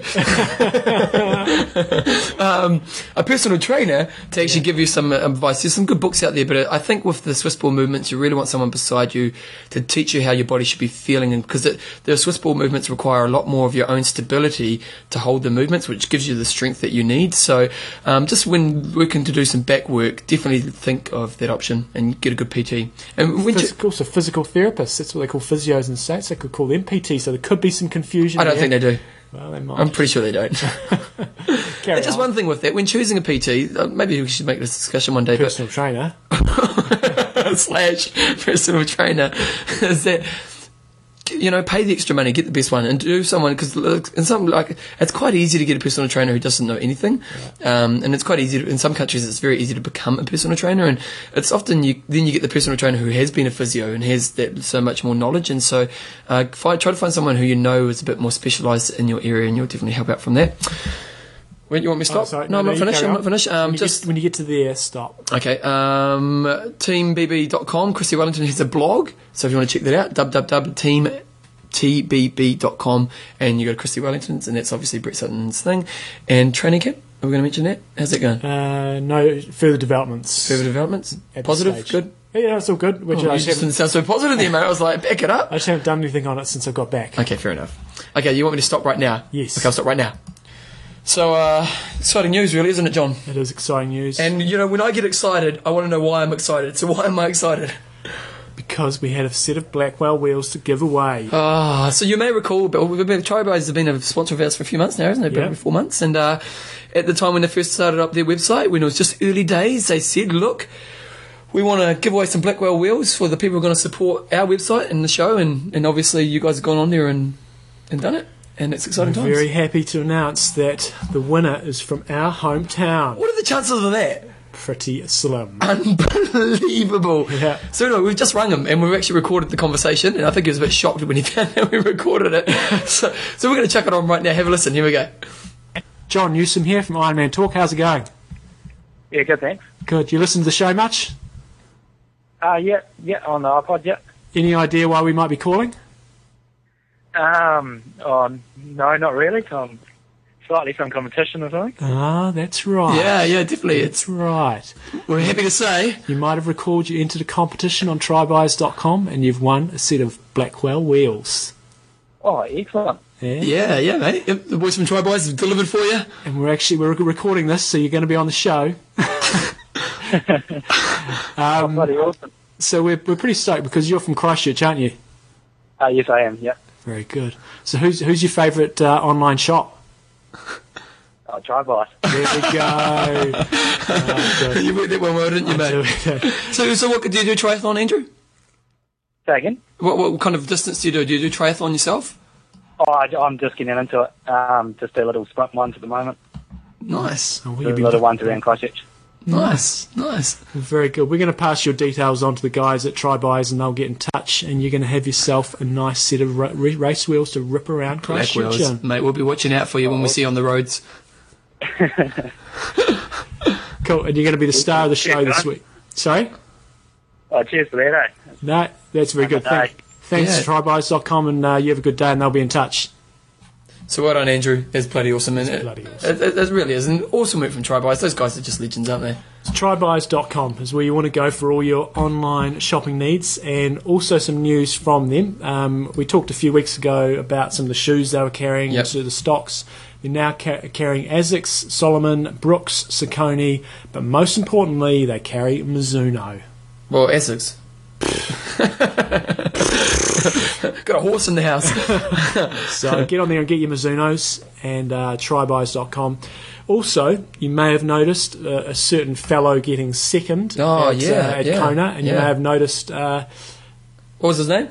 A: um, a personal trainer to actually give you some uh, advice. There's some good books out there, but uh, I think with the Swiss ball movements, you really want someone beside you to teach you how your body should be feeling. Because the Swiss ball movements require a lot more of your own stability to hold the movements, which gives you the strength that you need. So um, just when working to do some back work, definitely think of that option and get a good PT. And when you,
B: Physical, so physical therapists, that's what they call physios and states. They could call them PT, so there could be some confusion.
A: I don't
B: there.
A: think they do.
B: Well, they might.
A: I'm pretty sure they don't.
B: Carry
A: Just
B: on.
A: one thing with that, when choosing a PT, uh, maybe we should make this discussion one day,
B: personal trainer.
A: but slash personal trainer, is that you know pay the extra money, get the best one, and do someone because in some like it's quite easy to get a personal trainer who doesn't know anything, um, and it's quite easy to, in some countries it's very easy to become a personal trainer, and it's often you then you get the personal trainer who has been a physio and has that so much more knowledge, and so uh, find, try to find someone who you know is a bit more specialised in your area, and you'll definitely help out from that. When you want me to stop?
B: Oh, sorry.
A: no, I'm not
B: you
A: finished.
B: carry
A: I'm
B: on.
A: not finished. Um,
B: when you
A: just
B: get, when you get to there, stop.
A: Okay, um, teambb.com. Chrissy Wellington has a blog, so if you want to check that out, www.teamtbb.com, and you go to Chrissy Wellington's, and that's obviously Brett Sutton's thing. And training camp, are we going to mention that? How's it going?
B: Uh, no further developments.
A: Further developments?
B: At this
A: Positive?
B: stage.
A: Good?
B: Yeah, yeah, it's all good. Which
A: Oh,
B: I,
A: you
B: just
A: just
B: haven't,
A: didn't sound so positive there, mate. I was like, back it
B: I
A: up.
B: just haven't done anything on it since I got back.
A: Okay, fair enough. Okay, you want me to stop right now?
B: Yes.
A: Okay, I'll stop right now. So, uh, exciting news, really, isn't it, John?
B: It is exciting news
A: And, you know, when I get excited, I want to know why I'm excited. So, why am I excited?
B: because we had a set of Blackwell wheels to give away.
A: Ah, so you may recall, but we've been Tribos have been a sponsor of ours for a few months now, hasn't it?
B: Yeah.
A: About four months. And uh, at the time when they first started up their website, when it was just early days, they said, "Look, we want to give away some Blackwell wheels for the people who are going to support our website and the show." And, and obviously, you guys have gone on there and, and done it, and it's
B: I'm
A: exciting times.
B: very happy to announce that the winner is from our hometown.
A: What are the chances of that?
B: Pretty slim.
A: Unbelievable.
B: Yeah.
A: So no, we've just rung him and we've actually recorded the conversation and I think he was a bit shocked when he found out we recorded it. So, so we're going to chuck it on right now. Have a listen. Here we go.
B: John Newsom here from Iron Man Talk. How's it going?
C: Yeah, good, thanks.
B: Good. You listen to the show much?
C: Uh, yeah, yeah, on the iPod, yeah.
B: Any idea why we might be calling?
C: Um, oh, no, not really. 'cause I'm slightly from competition or something.
B: Ah, that's right.
A: Yeah, yeah, definitely. It's
B: That's right.
A: we're happy to say
B: You might have recalled you entered a competition on trybuyers.com and you've won a set of Blackwell wheels.
C: Oh, excellent.
B: Yeah.
A: Yeah, yeah, mate. Yep, The boys from Try Boys have delivered for you.
B: And we're actually we're recording this, so you're going to be on the show.
C: Oh, Bloody awesome.
B: So we're, we're pretty stoked because you're from Christchurch, aren't you?
C: Uh, yes, I am, yeah.
B: Very good. So who's who's your favourite uh, online shop?
C: I'll try by.
B: There we go.
A: You worked that one well, didn't you,
B: So,
A: mate?
B: uh,
A: So, so what do you do a triathlon, Andrew?
C: Second.
A: What, what kind of distance do you do? Do you do triathlon yourself?
C: Oh, I, am just getting into it. Um, just do little sprint ones at the moment.
A: Nice,
B: we'll
C: Do
B: be-
C: little ones around Christchurch.
A: nice, nice.
B: Very good. We're going to pass your details on to the guys at Trybuyers and they'll get in touch and you're going to have yourself a nice set of ra- re- race wheels to rip around
A: Black
B: Christchurch.
A: wheels,
B: in.
A: mate. We'll be watching out for you when we see you on the roads.
B: Cool. And you're going to be the star of the show this week. Sorry?
C: Oh, cheers for that, eh?
B: No, that's very good.
C: Have a
B: Thank, thanks,
A: Yeah.
B: tribeyes.com, and uh, you have a good day, and they'll be in touch.
A: So well done, Andrew. That's bloody awesome, isn't it?
B: bloody awesome.
A: It, it- it really is. And awesome work from Tribe Eyes. Those guys are just legends, aren't they?
B: Tribuyes.com is where you want to go for all your online shopping needs and also some news from them. Um, we talked a few weeks ago about some of the shoes they were carrying,
A: Yep.
B: so the stocks. They're now ca- carrying Asics, Solomon, Brooks, Saucony, but most importantly, they carry Mizuno.
A: Well, Essex. Got a horse in the house.
B: So get on there and get your Mizunos and uh, trybuys.com. Also, you may have noticed uh, a certain fellow getting second
A: Oh,
B: at,
A: yeah,
B: uh, at
A: yeah,
B: Kona, and you
A: yeah.
B: may have noticed uh,
A: What was his name?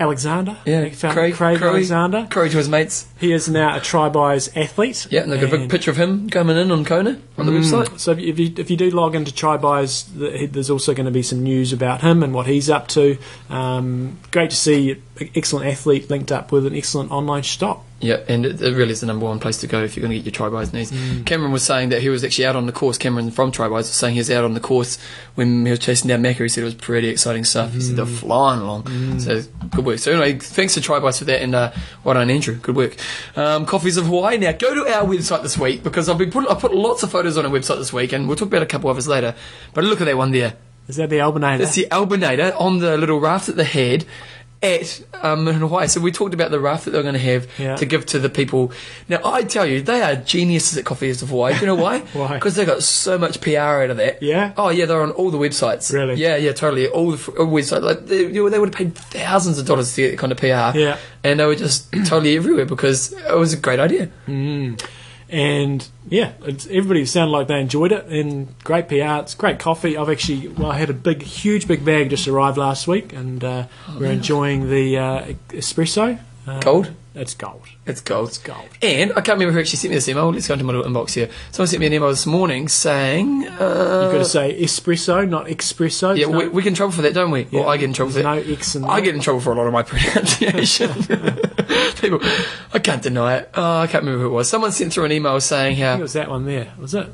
B: Alexander,
A: Yeah,
B: Fel- Craig, Alexander.
A: Craig to his mates.
B: He is now a Trybuys athlete.
A: Yeah, and they've got a big
B: and- Mm.
A: picture of him coming in on Kona on the website.
B: So if you, if you, if you do log into Trybuys, th- he- there's also going to be some news about him and what he's up to. Um, great to see an excellent athlete linked up with an excellent online stock.
A: Yeah, and it, it really is the number one place to go if you're going to get your Tribe Eyes needs. Cameron was saying that he was actually out on the course. Cameron from Tribe Eyes was saying he was out on the course when he was chasing down Macca. He said it was pretty exciting stuff. He said they're flying along. So good work. So anyway, thanks to Tribe Eyes for that, and uh, well done, Andrew. Good work. Um, Coffees of Hawaii. Now go to our website this week because I've been put, I put lots of photos on our website this week, and we'll talk about a couple of us later. But look at that one there.
B: Is that the Albanator?
A: It's the Albinator on the little raft that they had at um, in Hawaii. So we talked about the raft that they were going to have
B: Yeah.
A: to give to the people. Now I tell you, they are geniuses at Coffee of Hawaii. Do you know why?
B: Why?
A: Because they got so much PR out of that.
B: Yeah?
A: Oh yeah, they're on all the websites.
B: Really?
A: Yeah, yeah, totally. All the all websites. Like they, you know, they would have paid thousands of dollars to get that kind of PR.
B: Yeah.
A: And they were just totally everywhere because it was a great idea.
B: and yeah, it's, everybody sounded like they enjoyed it. And great PR, it's great coffee. I've actually, well, I had a big, huge, big bag just arrived last week, and uh, we're enjoying the uh, espresso. Uh,
A: Cold.
B: It's gold.
A: It's gold. It's
B: gold.
A: And I can't remember who actually sent me this email. Let's go into my little inbox here. Someone sent me an email this morning saying. Uh,
B: You've got to say espresso, not espresso.
A: Yeah,
B: There's
A: we,
B: no-
A: we get in trouble for that, don't we?
B: Yeah,
A: Well, I get in trouble for
B: there's
A: that.
B: no X in
A: I
B: there.
A: get in trouble for a lot of my pronunciation. People, I can't deny it. Oh, I can't remember who it was. Someone sent through an email saying
B: I think it
A: how
B: was that one there, was it?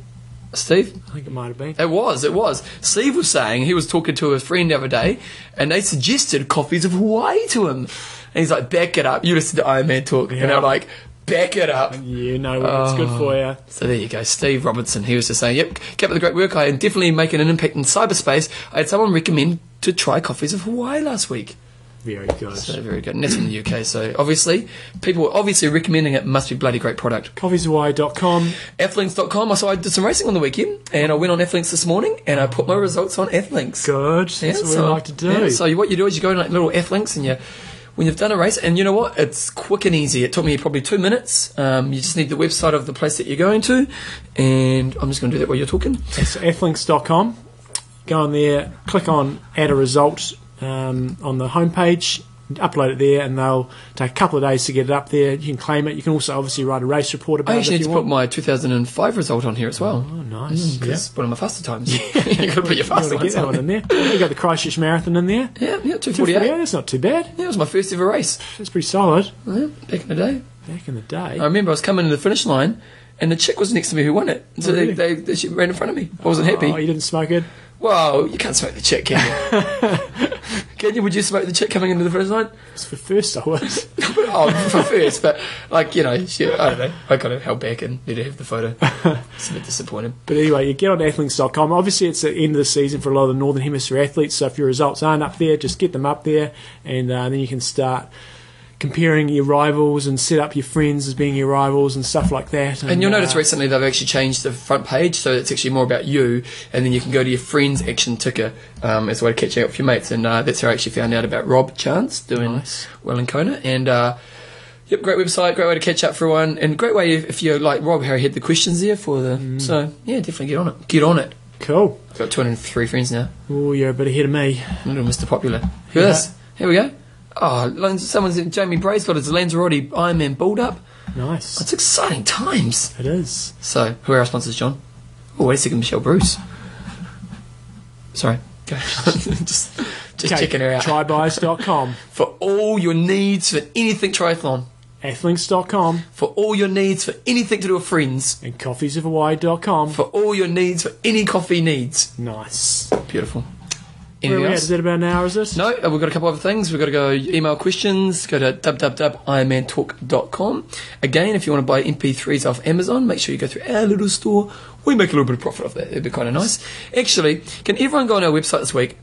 A: Steve.
B: I think it might have been.
A: It was, it was. Steve was saying he was talking to a friend the other day, and they suggested coffees of Hawaii to him, and he's like, "Back it up." You listen to Iron Man talk, and
B: Yeah.
A: I'm like, "Back it up."
B: You know what? It's good
A: Oh.
B: for you.
A: So there you go, Steve Robertson. He was just saying, "Yep, keep up the great work. I am definitely making an impact in cyberspace." I had someone recommend to try coffees of Hawaii last week.
B: Very good.
A: So very good. And that's from the UK. So obviously, people were obviously recommending it. Must be bloody great product.
B: Coffeeshawaii.com.
A: Athlinks.com. So I did some racing on the weekend, and I went on Athlinks this morning, and I put my results on Athlinks.
B: Good. That's
A: Yeah,
B: what we like to do.
A: yeah, so you- what you do is you go in like little Athlinks, and you. When you've done a race, and you know what, it's quick and easy. It took me probably two minutes. Um, you just need the website of the place that you're going to, and I'm just going to do that while you're talking.
B: It's flinks.com. Go on there, click on add a result um, on the homepage, upload it there, and they'll take a couple of days to get it up there. You can claim it. You can also obviously write a race report about
A: I
B: it if
A: actually need
B: Oh, you
A: to
B: want.
A: put my 2005 result on here as well. Mm,
B: oh, nice. yeah.
A: It's one of my faster times. You've got to put your
B: You want
A: faster
B: to get
A: ones
B: that one
A: on.
B: in there. You got the Christchurch Marathon in there.
A: Yeah, yeah,
B: 248.
A: 248.
B: That's not too bad.
A: Yeah, it was my first ever race.
B: That's pretty solid.
A: Yeah, back in the day.
B: Back in the day.
A: I remember I was coming to the finish line and the chick was next to me who won it. So
B: Oh, really?
A: they, they, they, she ran in front of me. I wasn't
B: Oh,
A: happy.
B: you didn't smoke it?
A: Well, you can't smoke the chick, can you? can you? Would you smoke the chick coming into the finish line?
B: It's for first I was.
A: oh, for first, but like, you know, she, I don't know. I kind of held back and let her have the photo. It's a bit disappointed.
B: But anyway, you get on to athlinks.com. Obviously, it's the end of the season for a lot of the Northern Hemisphere athletes, so if your results aren't up there, just get them up there, and uh, then you can start comparing your rivals and set up your friends as being your rivals and stuff like that.
A: And you'll
B: uh,
A: notice recently they've actually changed the front page, so it's actually more about you, and then you can go to your friend's action ticker um, as a way to catch up with your mates. And uh, that's how I actually found out about Rob Chance doing well in Kona. And uh, yep, great website, great way to catch up for everyone, and great way if, if you're like Rob, how he had the questions there for the. So yeah, definitely get on it. Get on it.
B: Cool.
A: I've got 203 friends now.
B: Oh, you're a bit ahead of me.
A: Little Mr. Popular. Who this? Here we go. Oh, Lans- someone's Jamie Bray's got his Lanzarote Ironman build up.
B: Nice.
A: It's exciting times.
B: It is.
A: So, who are our sponsors, John? Oh, wait a second, Michelle Bruce. Sorry. Go. just just
B: Okay,
A: checking her out.
B: Trybuys.com,
A: for all your needs for anything triathlon,
B: athlinks.com,
A: for all your needs for anything to do with friends,
B: and coffeesofhawaii.com.
A: for all your needs for any coffee needs.
B: Nice.
A: Beautiful.
B: Where are
A: Anything
B: we at?
A: else?
B: Is that about an hour, is it?
A: No, uh, we've got a couple other things. We've got to go email questions. Go to www.ironmantalk.com. Again, if you want to buy MP3s off Amazon, make sure you go through our little store. We make a little bit of profit off that. It'd be kind of nice. Actually, can everyone go on our website this week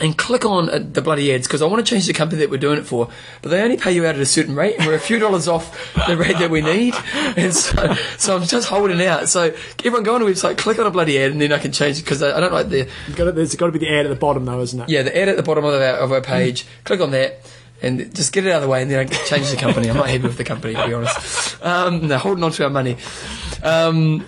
A: and click on uh, the bloody ads because I want to change the company that we're doing it for, but they only pay you out at a certain rate, and we're a few dollars off the rate that we need, and so, so I'm just holding out. So everyone go on the website, click on a bloody ad, and then I can change it because I, I don't like the
B: You've got to, there's got to be the ad at the bottom, though, isn't it?
A: yeah the ad at the bottom of our, of our page. Click on that. And just get it out of the way, and then I can change the company. I'm not happy with the company, to be honest. Um, no, holding on to our money. Um,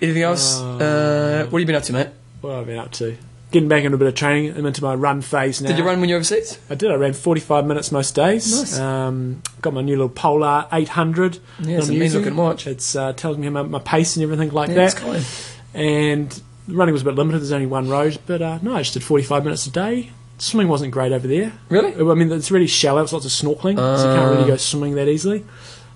A: anything else? Uh, what have you been up to, mate?
B: What have I been up to? Getting back into a bit of training. I'm into my run phase now.
A: Did you run when you were overseas?
B: I did. I ran 45 minutes most days.
A: Nice.
B: Um, got my new little Polar 800.
A: Yeah, it's a
B: that I'm
A: mean
B: using.
A: looking watch. Yeah,
B: It's uh, tells me my, my pace and everything like
A: it's
B: that.
A: kind.
B: And the running was a bit limited. There's only one road, but uh, no, I just did 45 minutes a day. Swimming wasn't great over there.
A: Really? Ah.
B: I mean, it's really shallow. It's lots of snorkeling, so you can't really go swimming that easily.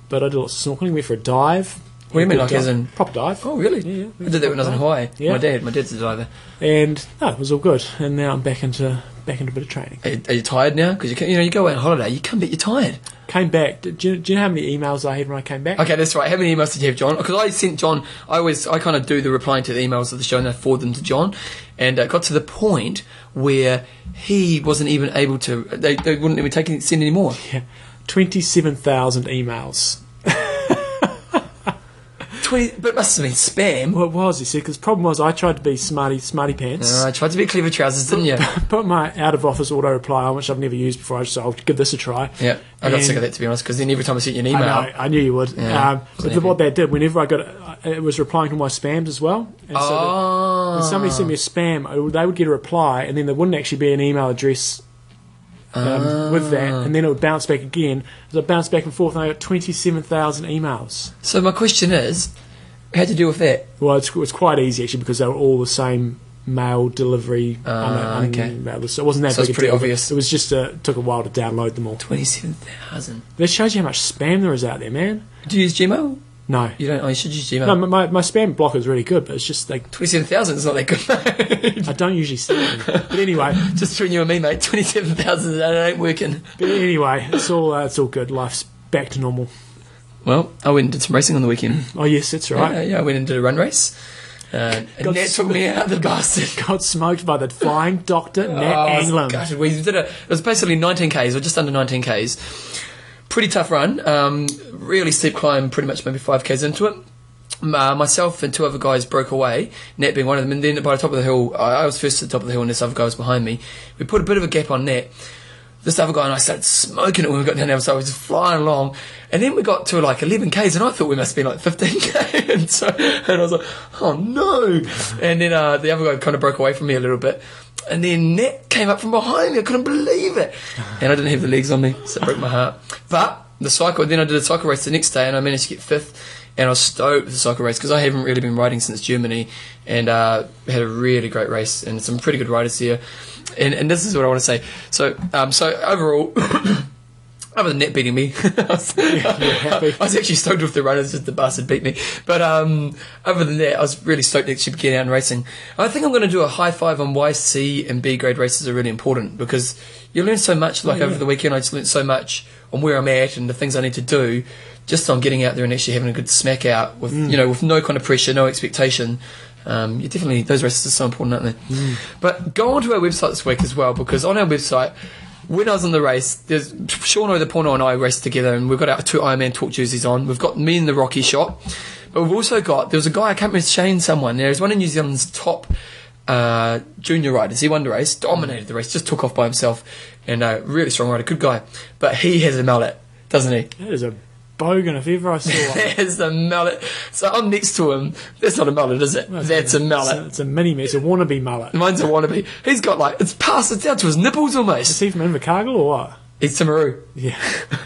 B: But I did lots of snorkeling. Went for a dive.
A: What do you mean,
B: Good
A: like as
B: dive.
A: in-
B: proper dive?
A: Oh, really?
B: Yeah, yeah.
A: I did that when I was in Hawaii.
B: Yeah.
A: My dad, my dad's a diver.
B: And no, it was all good. And now I'm back into back into a bit of training.
A: Are you, are you tired now? Because you, can- you know you go out on holiday, you come back, you're tired.
B: Came back. Did, do, you, do you know how many emails I had when I came back?
A: Okay, that's right. How many emails did you have, John? Because I sent John. I always I kind of do the replying to the emails of the show and I forward them to John. And it got to the point where he wasn't even able to. They, they wouldn't even take any, send any more.
B: Yeah, twenty-seven thousand emails.
A: Twenty, but it must have been spam.
B: Well, it was. You see, because problem was I tried to be smarty smarty pants.
A: Uh, I tried to be clever trousers, didn't you?
B: Put my out of office auto reply on, which I've never used before. I just said, I'll give this a try.
A: Yeah, I got
B: And-
A: sick of that to be honest. Because then every time I sent you an email,
B: I know. I knew you would.
A: Yeah.
B: Um, but the- what that did, whenever I got, uh, it was replying to my spams as well. And so that-
A: oh,
B: when somebody sent me a spam, I would- they would get a reply, and then there wouldn't actually be an email address um, with that,
A: Ah.
B: and then it would bounce back again. So it bounced back and forth, and I got twenty-seven thousand emails.
A: so my question is, how to deal with that?
B: Well, it's, it's quite easy actually because they were all the same mail delivery.
A: Ah,
B: un-
A: okay.
B: unmailed, so it wasn't that
A: So
B: big
A: it's
B: a
A: pretty
B: deal, but
A: obvious.
B: It was just uh, it took a while to download them all.
A: Twenty-seven thousand.
B: That shows you how much spam there is out there, man.
A: Do you use Gmail?
B: No,
A: You don't. Oh, you should use Gmail.
B: no, my, my, my spam blocker is really good, but it's just like
A: Twenty-seven thousand is not that good.
B: I don't usually see them. But anyway,
A: Just between you and me, mate. Twenty-seven thousand. That ain't working.
B: but anyway, it's all uh, it's all good. Life's back to normal.
A: Well, I went and did some racing on the weekend.
B: Oh yes, that's
A: Yeah,
B: right.
A: yeah, I went and did a run race. Uh, and
B: God,
A: Nat took me out, the bastard.
B: Got smoked by the flying doctor Nat
A: Oh, I was
B: Anglim.
A: gutted. We did a, it was basically 19 Ks or just under 19 Ks. Pretty tough run. Um, really steep climb, pretty much maybe 5 Ks into it. M- Uh, myself and two other guys broke away, Nat being one of them. And then by the top of the hill, I, I was first at the top of the hill and this other guy was behind me. We put a bit of a gap on Nat. This other guy and I started smoking it when we got down there, so I was just flying along. And then we got to like 11 Ks, and I thought we must be like 15 K. And so, and I was like, oh no. And then uh, the other guy kind of broke away from me a little bit. And then Nat came up from behind me. I couldn't believe it. And I didn't have the legs on me, so it broke my heart. But the cycle, then I did a cycle race the next day, and I managed to get fifth. And I was stoked with the cycle race because I haven't really been riding since Germany, and uh, had a really great race and some pretty good riders here. And, and this is what I want to say. So, um, so overall, other than net beating me, I, was, I was actually stoked with the runners just the bastard beat me. But um, other than that, I was really stoked that she could get out and racing. I think I'm going to do a high five on why C and B grade races are really important because you learn so much. Like over the weekend, I just learned so much on where I'm at and the things I need to do, just on getting out there and actually having a good smack out with you know with no kind of pressure, no expectation. Um, you definitely those races are so important, aren't they? But go onto our website this week as well because on our website when I was in the race, there's Shauno the Porno and I raced together, and we've got our two Ironman Talk jerseys on. We've got me in the Rocky shot, but we've also got there was a guy I can't remember Shane someone. There was one of New Zealand's top uh, junior riders. He won the race, dominated the race, just took off by himself, and uh, really strong rider, good guy. But he has a mallet, doesn't he?
B: That is a bogan if ever I saw one.
A: There's the mallet. So I'm next to him. That's not a mallet, is it? That's a Mm.
B: It's
A: mallet.
B: a, it's a mini, it's a wannabe mullet.
A: Mine's a wannabe. He's got like it's past it's down to his nipples
B: Is
A: almost.
B: he from Invercargill or what?
A: It's Timaru.
B: Yeah,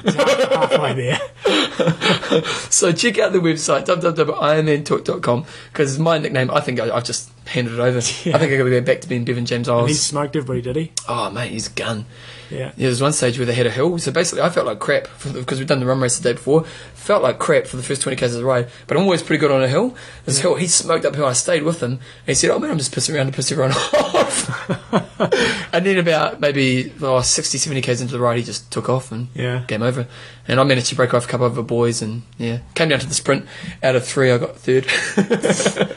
B: It's half- halfway there.
A: So check out the website www.ironmantalk.com because my nickname, I think I, I've just handed it over.
B: Yeah.
A: I think I got to go back to being Bevan James
B: He
A: Isles.
B: smoked everybody, did he?
A: Oh mate, he's a gun.
B: Yeah.
A: Yeah, there was one stage where they had a hill. So basically, I felt like crap because we'd done the run race the day before. Felt like crap for the first 20 k's of the ride, but I'm always pretty good on a hill. This hill, he smoked up hill. I stayed with him, and he said, "Oh man, I'm just pissing around to piss everyone off." and then about maybe oh, 60, 70 k's into the ride, he just took off and
B: Yeah.
A: game over. And I managed to break off a couple of the boys, and yeah, came down to the sprint. Out of three, I got third.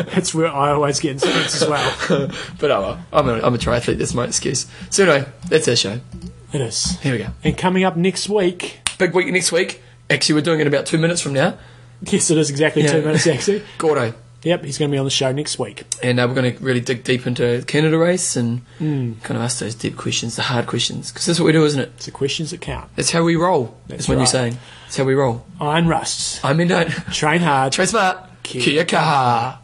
B: That's where I always get in sprints as well.
A: but oh well, I'm a, I'm a triathlete. That's my excuse. So anyway, that's our show.
B: It is.
A: Here we go.
B: And coming up next week,
A: Big week next week. Actually, we're doing it about two minutes from now.
B: yes, it is exactly
A: Yeah.
B: two minutes actually.
A: Gordo.
B: Yep, he's going to be on the show next week.
A: And uh, we're going to really dig deep into the Canada race and
B: Hmm.
A: kind of ask those deep questions, the hard questions, because that's what we do, isn't it?
B: It's the questions that count.
A: That's how we roll. That's,
B: That's
A: what you're
B: right.
A: saying. That's how we roll.
B: Iron rusts.
A: I mean, don't.
B: Train hard.
A: Train smart.
B: Kia
A: Kia kaha.